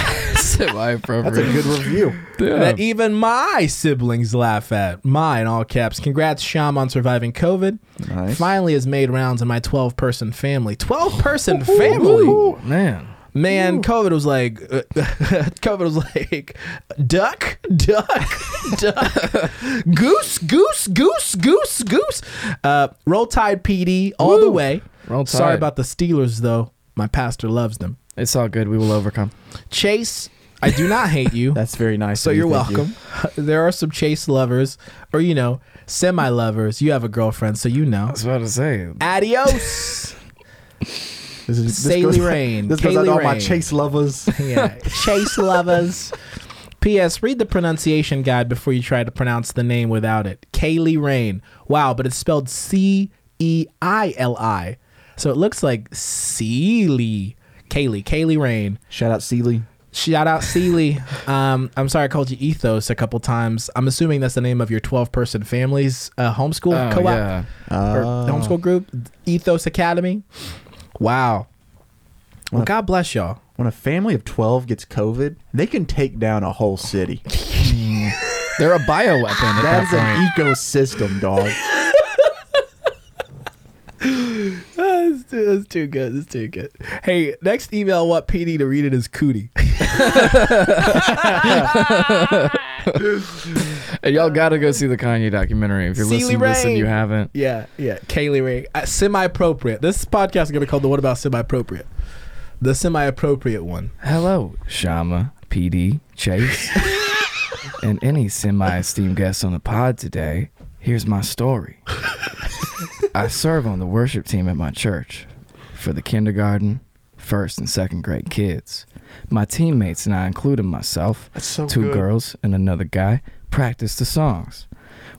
That's a Semi-appropriate. good review. that even my siblings laugh at. My, in all caps. Congrats, Sham, on surviving COVID. Nice. Finally has made rounds in my 12 person family. 12 person family? Man. Man, COVID was like, uh, <laughs> COVID was like, duck, duck, <laughs> duck, goose, goose, goose, goose, goose. Uh, Roll Tide PD all the way. Roll Sorry Tide. about the Steelers though. My pastor loves them. It's all good. We will overcome. Chase, I do not hate <laughs> you. <laughs> That's very nice. so of you, you're thank you. welcome. <laughs> There are some Chase lovers, or you know, semi lovers. You have a girlfriend, so you <laughs> know. I was about to say. Adios. This is Saylee goes- Rain, <laughs> This goes out to Kaylee all my Rain. Chase <laughs> lovers. yeah. Chase lovers. P.S. Read the pronunciation guide before you try to pronounce the name without it. Kaylee Rain. Wow, but it's spelled C E I L I. So it looks like Seely. Kaylee. Kaylee Rain. Shout out Seeley. Shout out Seely. Um, I'm sorry I called you Ethos a couple times. I'm assuming that's the name of your 12 person family's uh, homeschool Oh, co op yeah. or homeschool group, Ethos Academy. Wow. Well, God bless y'all. When a family of 12 gets COVID, they can take down a whole city. They're a bioweapon at that, That is an point. ecosystem, <laughs> dog. That's too, that's too good. That's too good. Hey, next email, what PD to read it is cootie. <laughs> And y'all got to go see the Kanye documentary. If you're Seeley listening to this and you Rain. haven't, yeah, yeah. Kaylee Ray. Uh, semi appropriate. This podcast is going to call the What About Semi Appropriate? The semi appropriate one. hello, Shama, PD, <laughs> Chase, and any semi esteemed guest on the pod today. Here's my <laughs> story. I serve on the worship team at my church for the kindergarten, first, and second grade kids. My teammates and I, including myself, so two good. girls and another guy, practice the songs,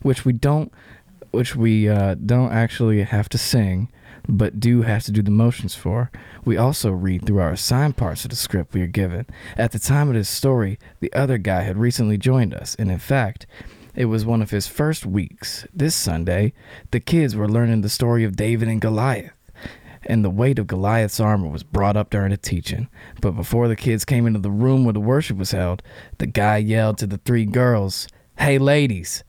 which we don't, which we uh, don't actually have to sing, but do have to do the motions for. We also read through our assigned parts of the script we are given. At the time of this story, the other guy had recently joined us, and in fact. It was one of his first weeks. This Sunday, the kids were learning the story of David and Goliath and the weight of Goliath's armor was brought up during the teaching. But before the kids came into the room where the worship was held, the guy yelled to the three girls, Hey, ladies,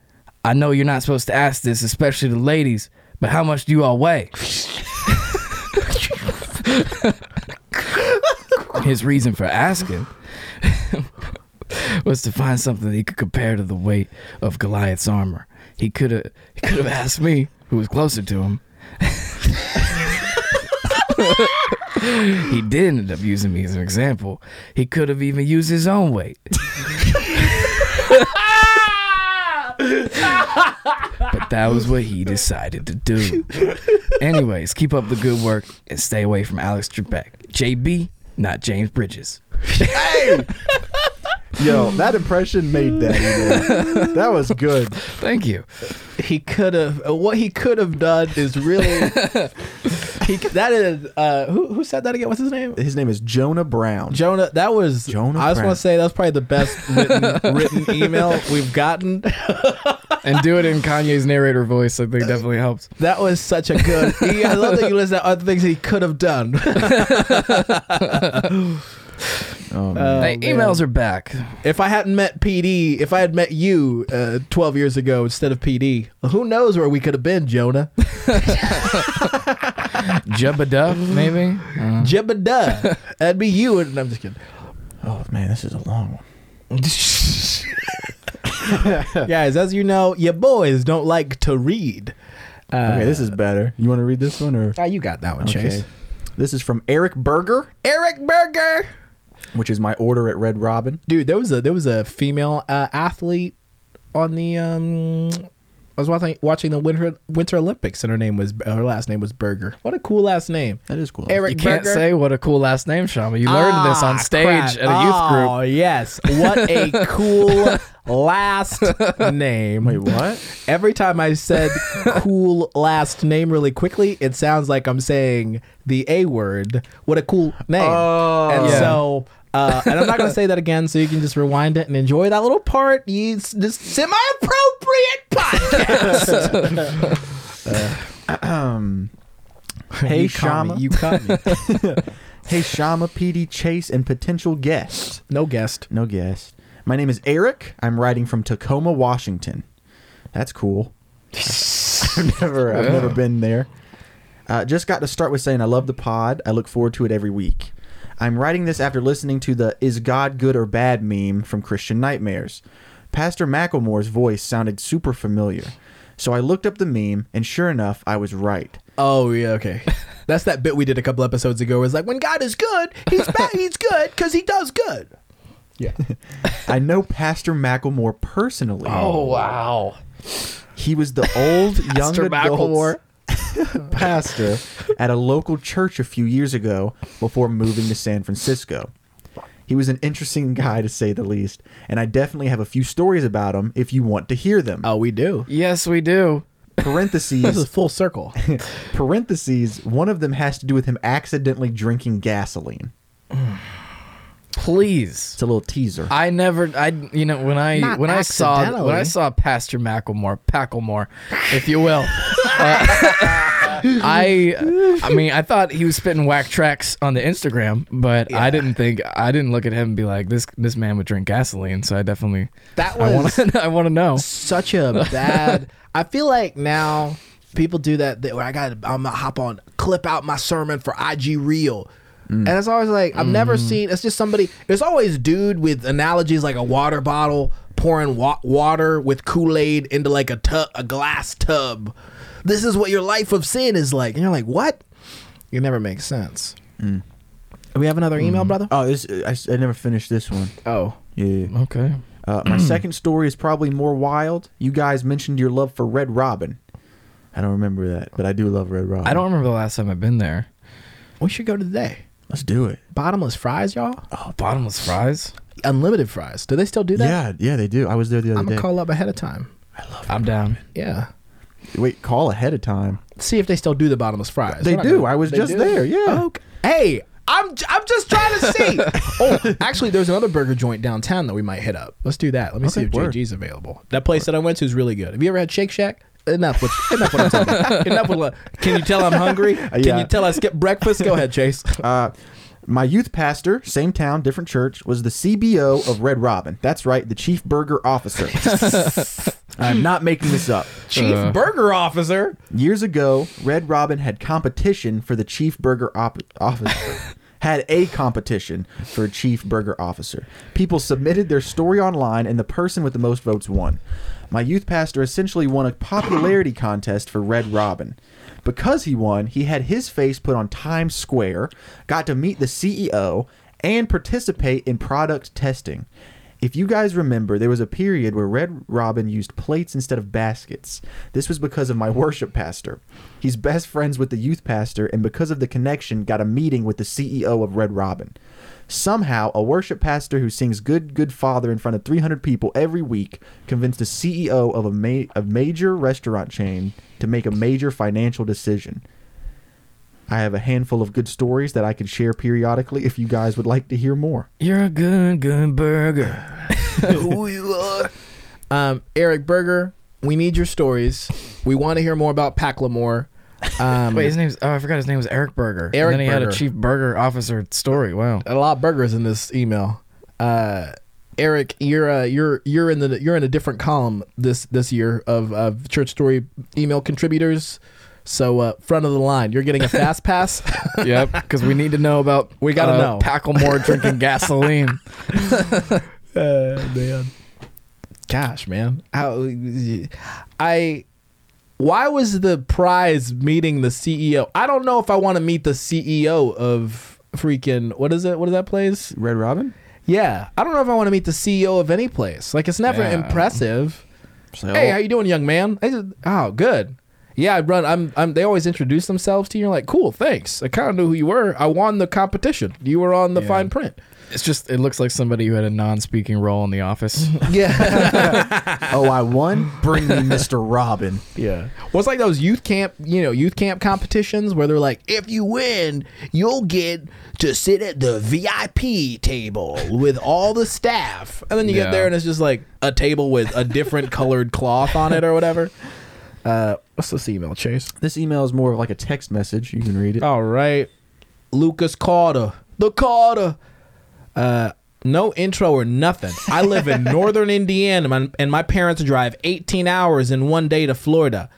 I know you're not supposed to ask this, especially the ladies, but how much do you all weigh? <laughs> His reason for asking <laughs> was to find something that he could compare to the weight of Goliath's armor. He could have he could have asked me, who was closer to him, he did end up using me as an example. He could have even used his own weight. <laughs> but that was what he decided to do. Anyways, keep up the good work and stay away from Alex Trebek. JB, not James Bridges. Yo, that impression made that. <laughs> email. That was good. Thank you. He could have, what he could have done is really, he, that is, uh, who, who said that again? What's his name? His name is Jonah Brown. Jonah, that was, Jonah I just Brown. want to say that was probably the best written, written email we've gotten. And do it in Kanye's narrator voice. I think definitely helps. That was such a good. I love that you listed out other things he could have done. Oh, hey, emails are back. Um, If I hadn't met PD, if I had met you uh, 12 years ago instead of PD, who knows where we could have been, Jonah? Jubba Duff, maybe? Uh, Jibba duh. That'd be you. And I'm just Oh man, this is a long one. kidding. Guys, as you know, your boys don't like to read. Uh, Okay, this is better. You want to read this one or? Ah, you got that one, Chase. Okay. This is from Eric Berger, Eric Berger. which is my order at Red Robin. Dude, there was a there was a female uh, athlete on the um I was watching watching the Winter Winter Olympics, and her name was her last name was Berger. What a cool last name! That is cool. Eric You can't Berger. say what a cool last name, Shama. You learned this on Ah, stage crap. at a youth group. Oh yes, what <laughs> a cool last name. Wait, What? Every time I said cool last name really quickly, it sounds like I'm saying the A word. What a cool name. and Yeah. so uh, and I'm not going to say that again, so you can just rewind it and enjoy that little part. You s- this semi-appropriate podcast. <laughs> <clears throat> Hey, Uh, um, you Shama. Caught me, you caught me. Hey, Shama, PD, Chase, and potential guest. No guest. No guess. My name is Eric. I'm writing from Tacoma, Washington. That's cool. <laughs> I've never, I've never been there. Uh, just got to start with saying I love the pod. I look forward to it every week. I'm writing this after listening to the "Is God Good or Bad" meme from Christian Nightmares. Pastor Macklemore's voice sounded super familiar, so I looked up the meme, and sure enough, I was right. Oh yeah, <laughs> okay. That's that bit we did a couple episodes ago. Is like when God is good, he's bad, he's good because he does good. Yeah. I know Pastor Macklemore personally. Oh wow! He was the <laughs> old young Pastor adult <laughs> pastor at a local church a few years ago before moving to San Francisco. He was an interesting guy to say the least, and I definitely have a few stories about him if you want to hear them. Oh, we do. Yes, we do. This is <laughs> Parentheses, full circle. parentheses, one of them has to do with him accidentally drinking gasoline. Please. It's a little teaser. I never, I you know when I Not when I saw when I accidentally. saw Pastor Macklemore, Packlemore, if you will, uh, <laughs> I I mean I thought he was spitting whack tracks on the Instagram, but I didn't think I didn't look at him and be like this this man would drink gasoline, so I definitely That I was want to <laughs> I want to know. such a <laughs> bad. I feel like now people do that. that where I got, I'm gonna hop on, clip out my sermon for IG Reel. And Mm. it's always like I've never Mm-hmm. seen. It's just somebody. It's always dude with analogies like a water bottle pouring wa- water with Kool Aid into like a tub, a glass tub. This is what your life of sin is like, and you're like, what? It never makes sense. Do we have another email, brother? oh, this I, s- I never finished this one. Oh, Yeah. Okay. Uh, my second story is probably more wild. You guys mentioned your love for Red Robin. I don't remember that, but I do love Red Robin. I don't remember the last time I've been there. we should go today. Let's do it. Bottomless fries, y'all. Oh, bottomless fries. Unlimited fries. Do they still do that? Yeah, yeah, they do. I was there the other I'm day. gonna call up ahead of time. I'm down. Yeah. Wait, call ahead of time. See if they still do the bottomless fries. They We're not do. gonna- I was they just do? Oh. there. Yeah. Okay. Hey, I'm j- I'm just trying to <laughs> see. oh, actually, there's another burger joint downtown that we might hit up. Let's do that. Let me see Okay, if word. JG's available. That place that I went to is really good. Have you ever had Shake Shack? Enough <laughs> with enough with I'm talking about. enough with. Can you tell I'm hungry? Can Yeah. you tell I skipped breakfast? Go ahead, Chase. <laughs> Uh, my youth pastor, same town, different church, was the CBO of Red Robin. That's right, the chief <laughs> burger officer. I'm not making this up. Chief Uh. Burger Officer. Years ago, Red Robin had competition for the chief burger op- officer. had a competition for chief burger officer. People submitted their story online, and the person with the most votes won. My youth pastor essentially won a popularity contest for Red Robin. Because he won, he had his face put on Times Square, got to meet the CEO, and participate in product testing. If you guys remember, there was a period where Red Robin used plates instead of baskets. This was because of my <laughs> worship pastor. He's best friends with the youth pastor, and because of the connection, got a meeting with the CEO of Red Robin. Somehow, a worship pastor who sings Good, Good Father in front of 300 people every week convinced the CEO of a, ma- a major restaurant chain to make a major financial decision. I have a handful of good stories that I could share periodically if you guys would like to hear more. You're a good good burger. who you are. Um, Eric Berger, we need your stories. We want to hear more about <laughs> Packlemore. Um, Wait, his name's oh I forgot his name was Eric Burger. Eric and then he had Berger. a chief burger officer story. Wow. a lot of burgers in this email. Uh, Eric, you're uh, you're you're in the you're in a different column this this year of of church story email contributors. So uh, front of the line, you're getting a fast pass. yep, because we need to know about We gotta know. <laughs> Packlemore drinking gasoline. Oh, man, gosh, man, <laughs> How, I why was the prize meeting the CEO? I don't know if I want to meet the CEO of freaking what is it? What is that place? Red Robin? E Yeah, I don't know if I want to meet the CEO of any place. Like it's never Yeah. impressive. Say, hey, oh, how you doing, young man? I said, oh, good. Yeah, I run. I'm. I'm. They always introduce themselves to you. You're like, cool, thanks. I kind of knew who you were. I won the competition. You were on the fine print. It's just it looks like somebody who had a non-speaking role in <laughs> the office. Yeah, oh, <laughs> I won. Bring me Mr. Robin. yeah. Well, it's like those youth camp, you know, youth camp competitions where they're like, if you win, you'll get to sit at the VIP table with all the staff, and then you Yeah. get there and it's just like a table with a different colored cloth on it or whatever. Uh, what's this email, Chase? This email is more of like a text message. You can read it. All right. Lucas Carter. The Carter. Uh, no intro or nothing. I live in northern Indiana, my- and my parents drive 18 hours in one day to Florida.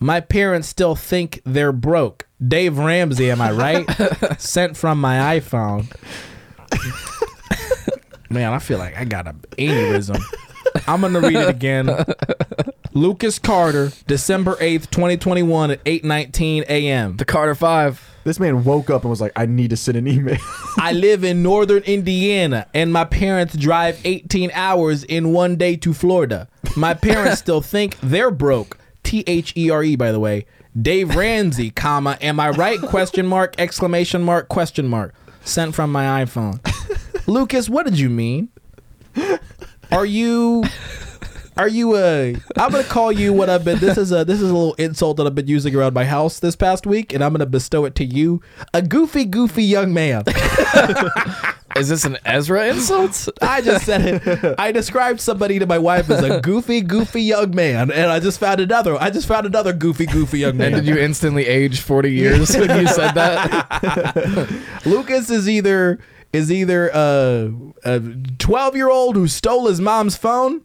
My parents still think they're broke. Dave Ramsey, am I right? Sent from my iPhone. Man, I feel like I got an aneurysm. I'm gonna read it again. Lucas Carter, December 8th, 2021 at 8:19 a.m. the Carter Five. This man woke up and was like, I need to send an email. I live in northern Indiana, and my parents drive 18 hours in one day to Florida. My parents still think they're broke. T H E R E, by the way. Dave Ramsey, comma, am I right? Question mark, exclamation mark, question mark. Sent from my iPhone. Lucas, what did you mean? Are you are you a? I'm gonna call you what I've been. This is a this is a little insult that I've been using around my house this past week, and I'm gonna bestow it to you, a goofy, goofy young man. Is this an Ezra insult? I just said <laughs> it. I described somebody to my wife as a goofy, goofy young man, and I just found another. I just found another goofy, goofy young man. And did you <laughs> instantly age forty years when <laughs> you said that? Lucas is either is either a a twelve year old who stole his mom's phone,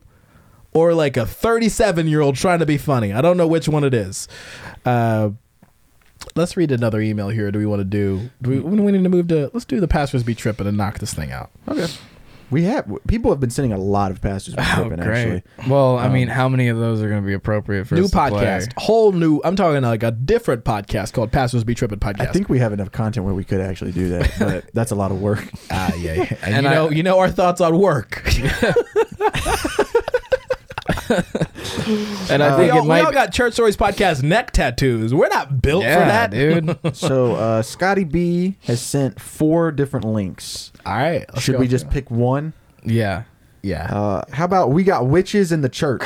or like a thirty seven year old trying to be funny. I don't know which one it is. Uh, let's read another email here. Do we want to do? Do we, when do we need to move to? Let's do the pastors be tripping and knock this thing out. <laughs> okay. We have people have been sending a lot of passages. Oh, Actually. Well, I mean, how many of those are going to be appropriate for um, New us to play? podcast, whole new. I'm talking like a different podcast called Pastors Be Tripping Podcast. I think we have enough content where we could actually do that, but <laughs> that's a lot of work. Ah, <laughs> yeah, yeah. And, And you I- know, you know our thoughts on work. And <laughs> I Uh, we think all, it we might. all got Church Stories podcast neck tattoos. We're not built yeah, for that. dude. So uh, Scotty B has sent four different links. All right, let's Should go. we just pick one? yeah. Oh. Yeah. Uh, how about we got witches in the church?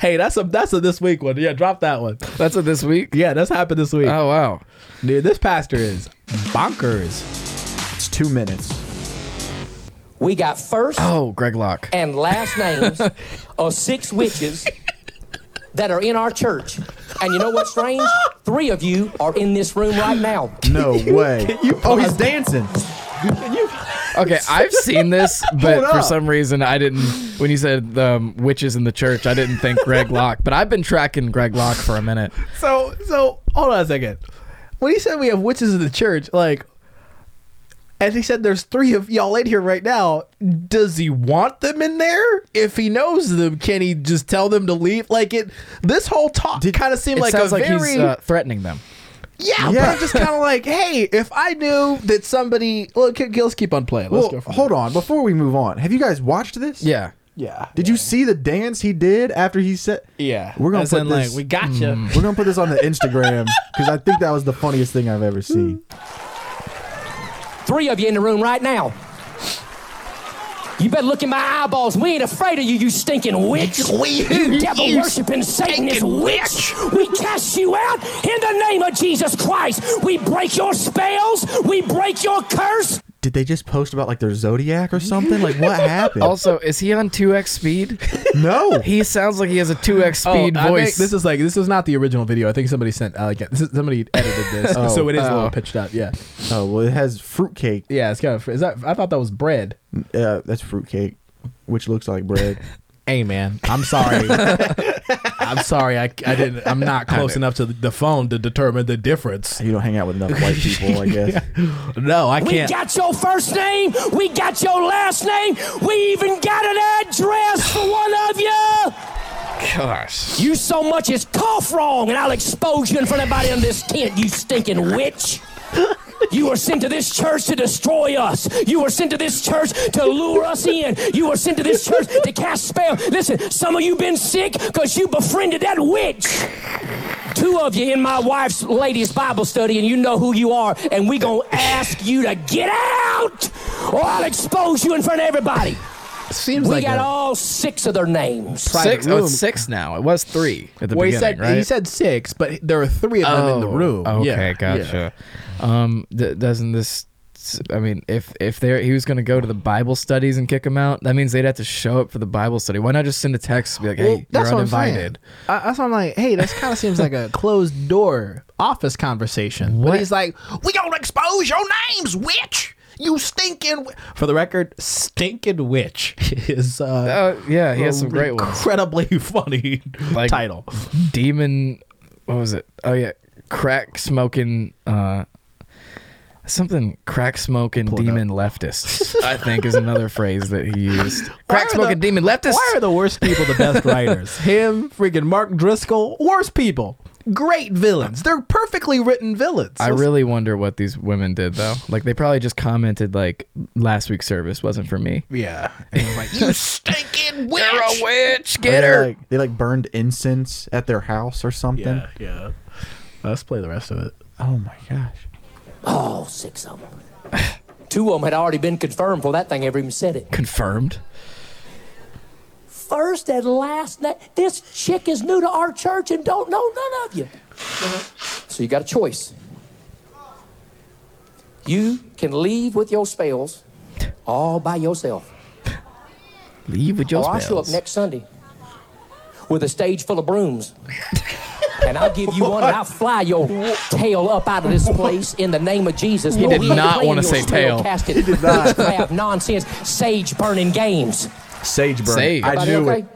hey, that's a that's a this week one. Yeah, drop that one. That's it <laughs> this week. Yeah, that's happened this week. Oh wow. Dude, this pastor is bonkers. It's two minutes. We got first Oh, Greg Locke. and last <laughs> names of six witches that are in our church. And you know what's strange? Three of you are in this room right now. <laughs> No way. oh, he's dancing. Okay, I've <laughs> seen this, but Hold for up. some reason I didn't. When you said um, witches in the church, I didn't think Greg Locke. But I've been tracking Greg Locke for a minute. So so hold on a second. When he said we have witches in the church, like as he said there's three of y'all in here right now, does he want them in there? If he knows them, can he just tell them to leave? Like it this whole talk kind of seemed It like a sounds like very he's uh, threatening them. Yeah, but Yeah. I'm just <laughs> kind of like, hey, <laughs> if I knew that somebody, well, k- let's keep on playing. Let's Well, go. From hold on. Before we move on, have you guys watched this? Yeah. Yeah, Did you see the dance he did after he said? yeah. We're gonna As put in, this. Like, we got gotcha. you. <laughs> We're gonna put this on the Instagram because I think that was the funniest thing I've ever seen. Three of you in the room right now. You better look in my eyeballs. We ain't afraid of you, you stinking witch. you devil worshiping Satanist witch. We cast you out in the name of Jesus Christ. We break your spells. We break your curse. Did they just post about like their zodiac or something? Like <laughs> what happened? Also, is he on two x speed? no. He sounds like he has a two x Oh, speed I think voice. this is like this is not the original video. I think somebody sent uh, like this is, somebody edited this, so it is a little <laughs> Oh. pitched up. Yeah, Oh well, it has fruitcake. yeah. It's kind of is that I thought that was bread. Uh, that's fruitcake, which looks like bread. Hey man, I'm sorry. <laughs> I'm sorry. I, I didn't. I'm not close enough to the phone to determine the difference. you don't hang out <laughs> with enough white people, I guess. No, I We can't. got your first name. We got your last name. We even got an address for one of you. Gosh. You so much as cough wrong, and I'll expose you in front of everybody in this tent, you stinking witch. You are sent to this church to destroy us. You are sent to this church to lure us in. You are sent to this church to cast spells. Listen, some of you been sick because you befriended that witch. Two of you in my wife's ladies' Bible study, and you know who you are, and we gonna ask you to get out, or I'll expose you in front of everybody. Seems we like got a- all six of their names. Six. Private Oh, room. it's six now. It was three at the well, he beginning, said right? he said six, but there were three of them in the Oh, room. Okay, Yeah, gotcha. Um, d- doesn't this? I mean, if if they he was going to go to the Bible studies and kick him out, that means they'd have to show up for the Bible study. Why not just send a text and be like, "Hey, Well, that's you're what I'm saying. uninvited." I, that's what I'm like. Hey, this kind of seems like a closed door office conversation. But What? he's like, we gonna expose your names, witch. You stinking. wi-" For the record, stinking witch <laughs> is uh, <laughs> Oh yeah, he has some great ones. incredibly <laughs> funny Like- title. Demon, what was it? Oh yeah, crack smoking. Uh, something crack smoking demon leftists. I think is another phrase that he used. Crack are smoking the- demon leftists. Why are the worst people the best <laughs> writers? Him, freaking Mark Driscoll, worst people. Great villains. They're perfectly written villains. I really wonder what these women did though. Like they probably just commented like last week's service wasn't for me. yeah. And I'm like, you stinking witch. witch, They like, they like burned incense at their house or something. Yeah, yeah. Let's play the rest of it. Oh my gosh. All six of them. Two of them had already been confirmed before that thing ever even said it. Confirmed. First and last name. This chick is new to our church and don't know none of you. Uh-huh. So you got a choice. You can leave with your spells all by yourself, Leave with your or Oh, I'll show up spells. next Sunday with a stage full of brooms. And I'll give you one, and I'll fly your tail up out of this place in the name of Jesus. He did not wanna say tail. He did not. Witchcraft, nonsense, sage burning games. Sage burn. Sage. I Everybody knew okay? it.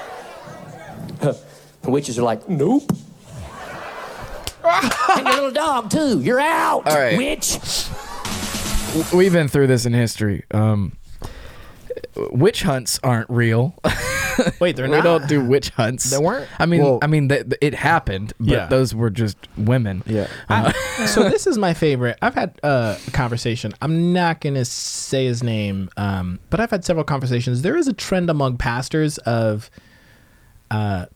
<laughs> The witches are like, nope. and your little dog too. You're out, All right. witch. We've been through this in history. Um, witch hunts aren't real. Wait, they're <laughs> we don't do witch hunts. They weren't? I mean, Well- I mean, th- th- it happened, but Yeah. those were just women. Yeah. <laughs> so this is my favorite. I've had uh, a conversation. I'm not gonna say his name, um, but I've had several conversations. There is a trend among pastors of, uh,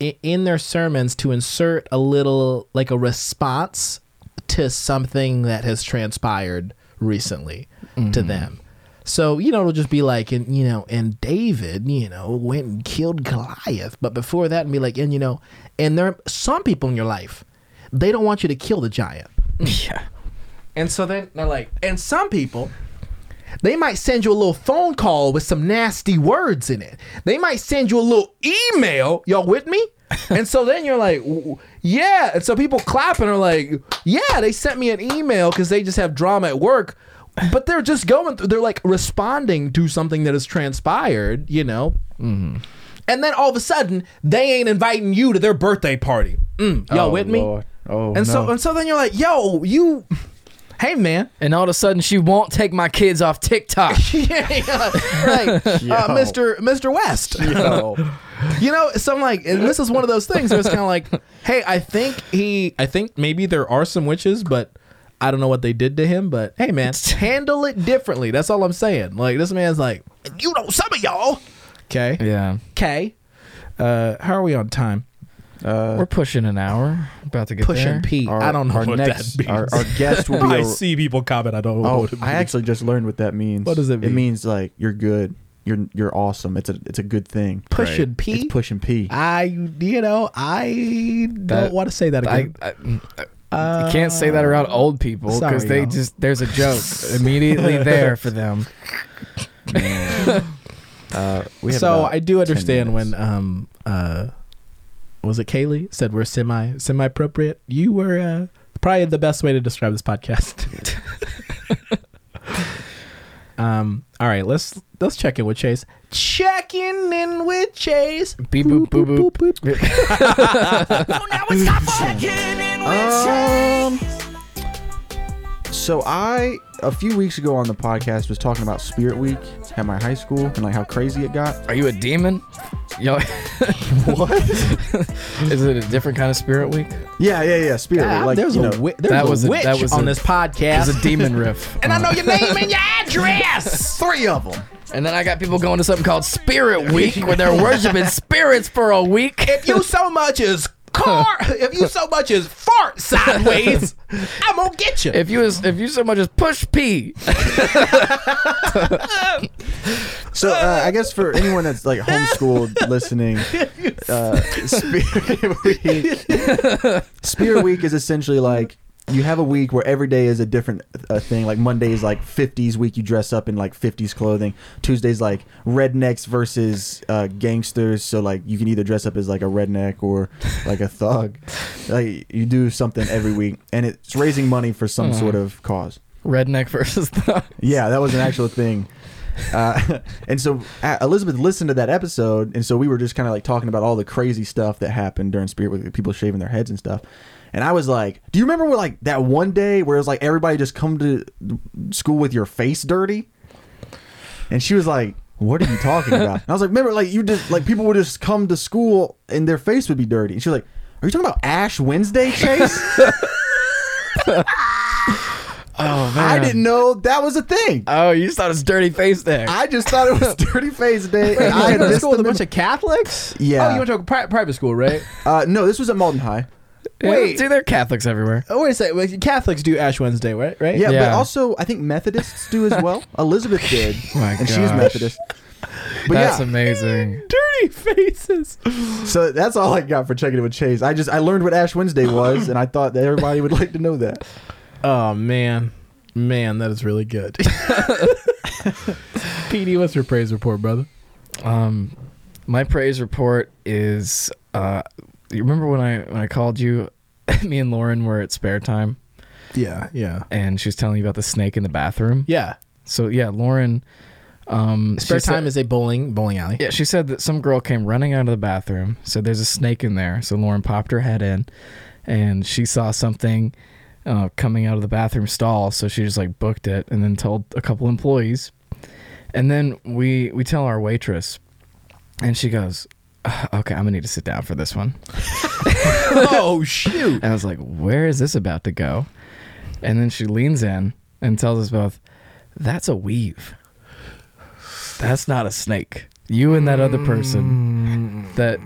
i- in their sermons to insert a little like a response to something that has transpired recently to them. So you know it'll just be like, and you know, and David, you know, went and killed Goliath, but before that, and be like, and you know, and there are some people in your life they don't want you to kill the giant. Yeah. And so then they're like, and some people, they might send you a little phone call with some nasty words in it. They might send you a little email. Y'all with <laughs> me? and so then you're like, w- yeah. And so people clapping are like, yeah, they sent me an email because they just have drama at work. But they're just going through, they're like responding to something that has transpired, you know? Mm-hmm. And then all of a sudden, they ain't inviting you to their birthday party. Mm, y'all with me? Lord. Oh, and so and so then you're like, yo, you, hey man, <laughs> And all of a sudden, she won't take my kids off TikTok. yeah, like, uh, Mr. Mr. West. <laughs> you know, so I'm like, and this is one of those things where it's kind of like, hey, I think he, I think maybe there are some witches, but I don't know what they did to him. But hey, man, handle it differently. That's all I'm saying. Like this man's like, you know, some of y'all. Okay. yeah. Okay. Uh, how are we on time? we're pushing an hour. About to get Uh, there. Pushing Pete. I don't know our what next, that means. Our, <laughs> our guest will be. a- people comment. I don't know oh, I actually just learned what that means. What does it It mean? means like you're good. You're you're awesome. It's a it's a good thing. pushing Pete. It's pushing P. I, you know, I That- don't want to say that I, again. I, I- you can't say that around old people because uh, sorry, they y'all. just there's <laughs> a joke immediately there for them. We have so about I do 10 understand minutes. when, um, uh, was it Kaylee said we're semi semi appropriate? You were uh, probably the best way to describe this podcast. <laughs> um. All right. Let's let's check in with Chase. Checking in with Chase. Beep boop boop boop. So now it's time for checking in with Um. So I a few weeks ago on the podcast was talking about Spirit Week at my high school and like how crazy it got. Are you a demon? <laughs> Yo, what? Is it a different kind of spirit week? Yeah, yeah, yeah. Spirit God, Week. Like, there's you know, a wi- there's a witch on this podcast. It's a demon <laughs> riff. and I know your name and your address. three of them. And then I got people going to something called Spirit Week, where they're <laughs> worshiping spirits for a week. If you so much as <laughs> car, if you so much as fart <laughs> sideways, I'm gonna get you. If you was, if you so much as push P, <laughs> So uh, I guess for anyone that's like homeschooled listening, uh, Spirit Week, Spirit Week is essentially like you have a week where every day is a different uh, thing. Like Monday is like 50s week, you dress up in like 50s clothing. Tuesday's like rednecks versus uh, gangsters. So like you can either dress up as like a redneck or like a thug. Like you do something every week, and it's raising money for some sort of cause. redneck versus the Yeah, that was an actual thing. Uh, <laughs> and so uh, Elizabeth listened to that episode, and so we were just kind of like talking about all the crazy stuff that happened during Spirit Week, people shaving their heads and stuff. And I was like, "Do you remember what, like that one day where it was like everybody just come to school with your face dirty?" And she was like, "What are you talking about?" And I was like, "Remember, like you just like people would just come to school and their face would be dirty." And she was like, "Are you talking about Ash Wednesday, Chase?" oh I didn't know that was a thing. Oh, you just thought it's dirty face there. I just thought it <laughs> was Dirty Face Day. And I I had went to missed school with a the bunch of Catholics. Yeah. Oh, you went to a pri- private school, right? Uh, no, this was at Malden High. wait. wait, see, there are Catholics everywhere. <laughs> oh, wait a second. Wait, Catholics do Ash Wednesday, right? Right? Yeah, but Yeah. also I think Methodists do as <laughs> well. Oh Elizabeth did, My and she's gosh. Methodist. But That's yeah, amazing. Dirty faces. so that's all I got for checking it with Chase. I just I learned what Ash Wednesday was, and I thought that everybody would like to know that. Oh man, man, that is really <laughs> good. PD, what's your praise report, brother? Um, my praise report is uh, you remember when I when I called you, <laughs> me and Lauren were at spare time, Yeah, yeah, and she was telling you about the snake in the bathroom. yeah. So yeah, Lauren. Um, Spare she said- time is a bowling bowling alley. Yeah, she said that some girl came running out of the bathroom, said there's a snake in there. So Lauren popped her head in and she saw something uh, coming out of the bathroom stall. So she just like booked it and then told a couple employees. And then we, we tell our waitress and she goes, "Ah, okay, I'm going to need to sit down for this one. <laughs> oh shoot! And I was like, where is this about to go? And then she leans in and tells us both, that's a weave. That's not a snake. You and that other person. Mm. That,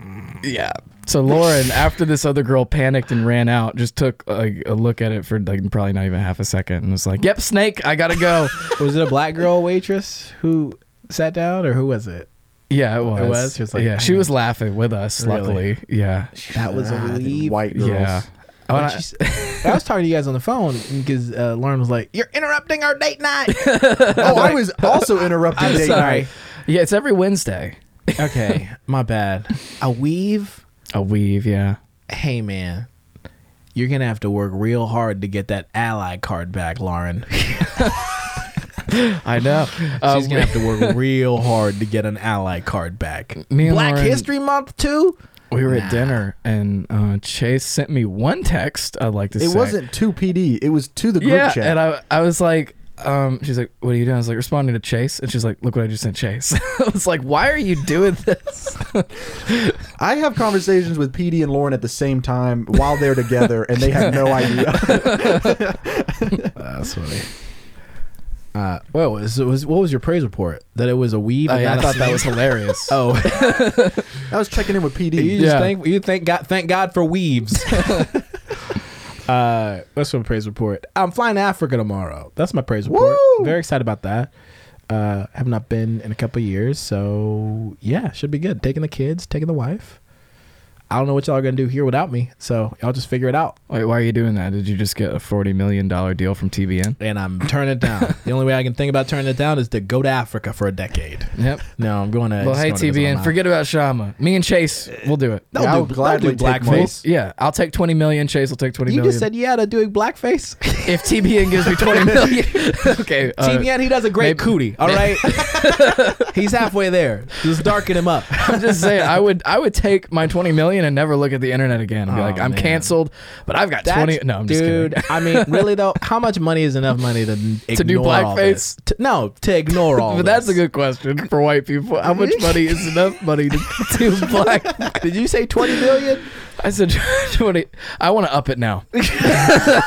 yeah. So Lauren, after this other girl panicked and ran out, just took like a look at it for like probably not even half a second and was like, "Yep, snake, I gotta go." <laughs> Was it a black girl waitress who sat down, or who was it? yeah, it was. was? She was like, yeah, she was laughing with us. Really? Luckily, yeah, <laughs> That was a Ah, the leave. white girls. yeah. Oh, and I- <laughs> I was talking to you guys on the phone because uh, Lauren was like, "You're interrupting our date <laughs> night." Oh, I was also <laughs> interrupting. I'm date sorry. night. yeah, it's every Wednesday. okay, my bad. A weave. A weave, yeah. Hey, man. You're gonna have to work real hard to get that ally card back, <laughs> Lauren. I <laughs> know. Uh, She's gonna have to work real hard to get an ally card back. Me and Black Mm, Lauren- History Month too. We were at dinner and uh, Chase sent me one text. I'd like to It say wasn't to PD. It was to the group yeah, chat. and I I was like, um, she's like, what are you doing? I was like responding to Chase, and she's like, look what I just sent Chase. <laughs> I was like, why are you doing this? <laughs> I have conversations with PD and Lauren at the same time while they're together, and they have <laughs> no idea. <laughs> That's funny. Uh, well, was, was what was your praise report? That it was a weave. Oh, and yeah, I not a thought that snake? was hilarious. <laughs> Oh, I was checking in with PD. you just Yeah. thank you thank God thank God for <laughs> weaves. <laughs> uh, what's my praise report? I'm flying to Africa tomorrow. That's my praise report. Woo! Very excited about that. Uh, have not been in a couple years, so yeah, should be good. Taking the kids, taking the wife. I don't know what y'all are gonna do here without me, so y'all just figure it out. Wait, why are you doing that? Did you just get a forty million dollar deal from TBN? and I'm turning it down. the only way I can think about turning it down is to go to Africa for a decade. Yep. No, I'm going to. Well, just hey going to visit my TBN, mom. forget about Shama. Me and Chase, we'll do it. They'll Yeah, I would do, gladly gladly do take blackface. Yeah, I'll take twenty million. Chase will take twenty You million. just said yeah to doing blackface. if TBN gives me twenty million, <laughs> okay. uh, TBN, he does a great maybe- cootie. All <laughs> right, he's halfway there. Just darken him up. <laughs> I'm just saying, I would I would take my twenty million million and never look at the internet again. And be like, I'm canceled, but I've got Oh, That's- twenty. No, I'm just kidding. dude. I mean, really though, how much money is enough money to ignore <laughs> To do all this? blackface? To- no, to ignore all. <laughs> <laughs> but this. that's a good question for white people. How <laughs> much money is enough money to do black? <laughs> Did you say twenty million? I said <laughs> twenty. I want to up it now. No,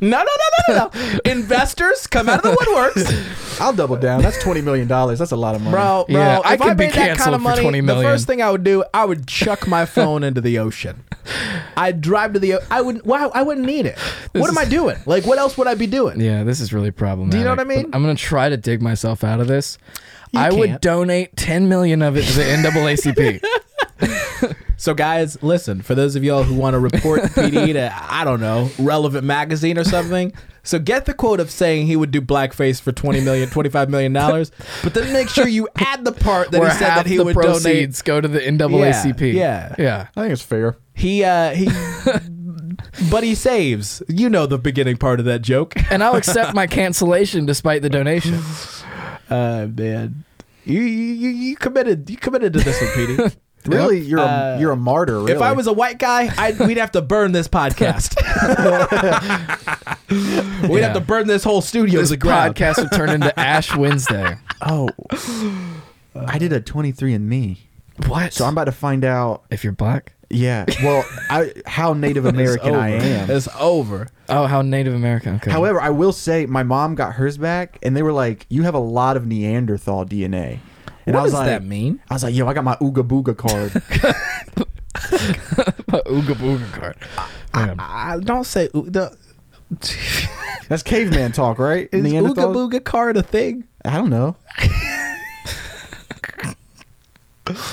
no, no, no, no, <laughs> no. Investors come out of the woodworks, I'll double down. That's twenty million dollars. That's a lot of money. bro. bro Yeah, I if I, could be made that kind canceled of for money, 20 the million. first thing I would do, I would chuck <laughs> my phone into the ocean. I'd drive to the. o- I would. Wow, I wouldn't need it. what am I doing? Like, what else would I be doing? Yeah, this is really problematic. what I but mean? I'm gonna try to dig myself out of this. I would can't. donate 10 million of it <laughs> to the NAACP. So, guys, listen, for those of y'all who want to report <laughs> PD to, I don't know, relevant magazine or something, so get the quote of saying he would do blackface for 20 million, 25 million dollars, but then make sure you add the part that where he said half that he the would donate. proceeds go to the NAACP. Yeah, yeah. I think it's fair. He, uh, he, but he saves. You know the beginning part of that <laughs> joke. And I'll accept my cancellation despite the donation. <laughs> Uh, man. You, you you committed you committed to this one, <laughs> PD. Really, you're a, Uh, you're a martyr. Really. If I was a white guy, I'd, we'd have to burn this <laughs> podcast. <laughs> we'd Yeah. have to burn this whole studio This to the ground. podcast would turn into Ash Wednesday. oh, <gasps> I did a twenty three and me. What? So I'm about to find out. if you're black. Yeah. <laughs> Well, I how Native American I am. It's over. Oh, how Native American. Okay. However, I will say my mom got hers back, and they were like, "You have a lot of Neanderthal DNA." And What I was does like, that mean? I was like, "Yo, I got my Ooga Booga <laughs> card." a Ooga Booga card. Man. I don't say oo- the That's caveman talk, right? is ooga Neanderthal- booga card a thing. I don't <laughs> know.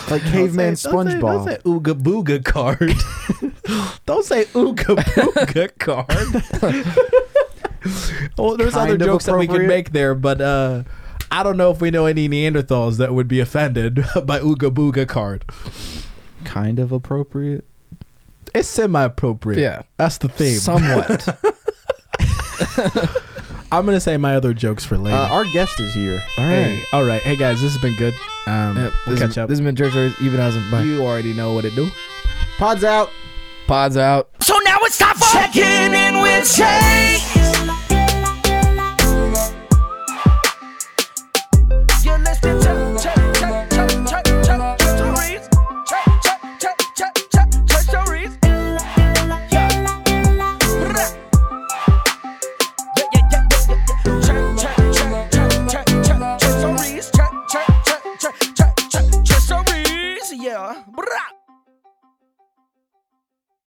like caveman Don't say- Don't say, SpongeBob. ooga booga card. <laughs> don't say ooga booga <laughs> card. well, there's other Kind of jokes that we could appropriate. make there, but uh, I don't know if we know any Neanderthals that would be offended <laughs> by ooga booga card. Kind of appropriate. It's semi appropriate. Yeah. That's the theme. Somewhat. I'm going to say my other jokes for later. Uh, our guest is here. All right. hey, all right. Hey, guys, this has been good. Um, Yeah, we'll catch this, has, up. this has been George Even as Bye. you already know what it do. Pods out. Pods out. So now it's time for checking in with Jay.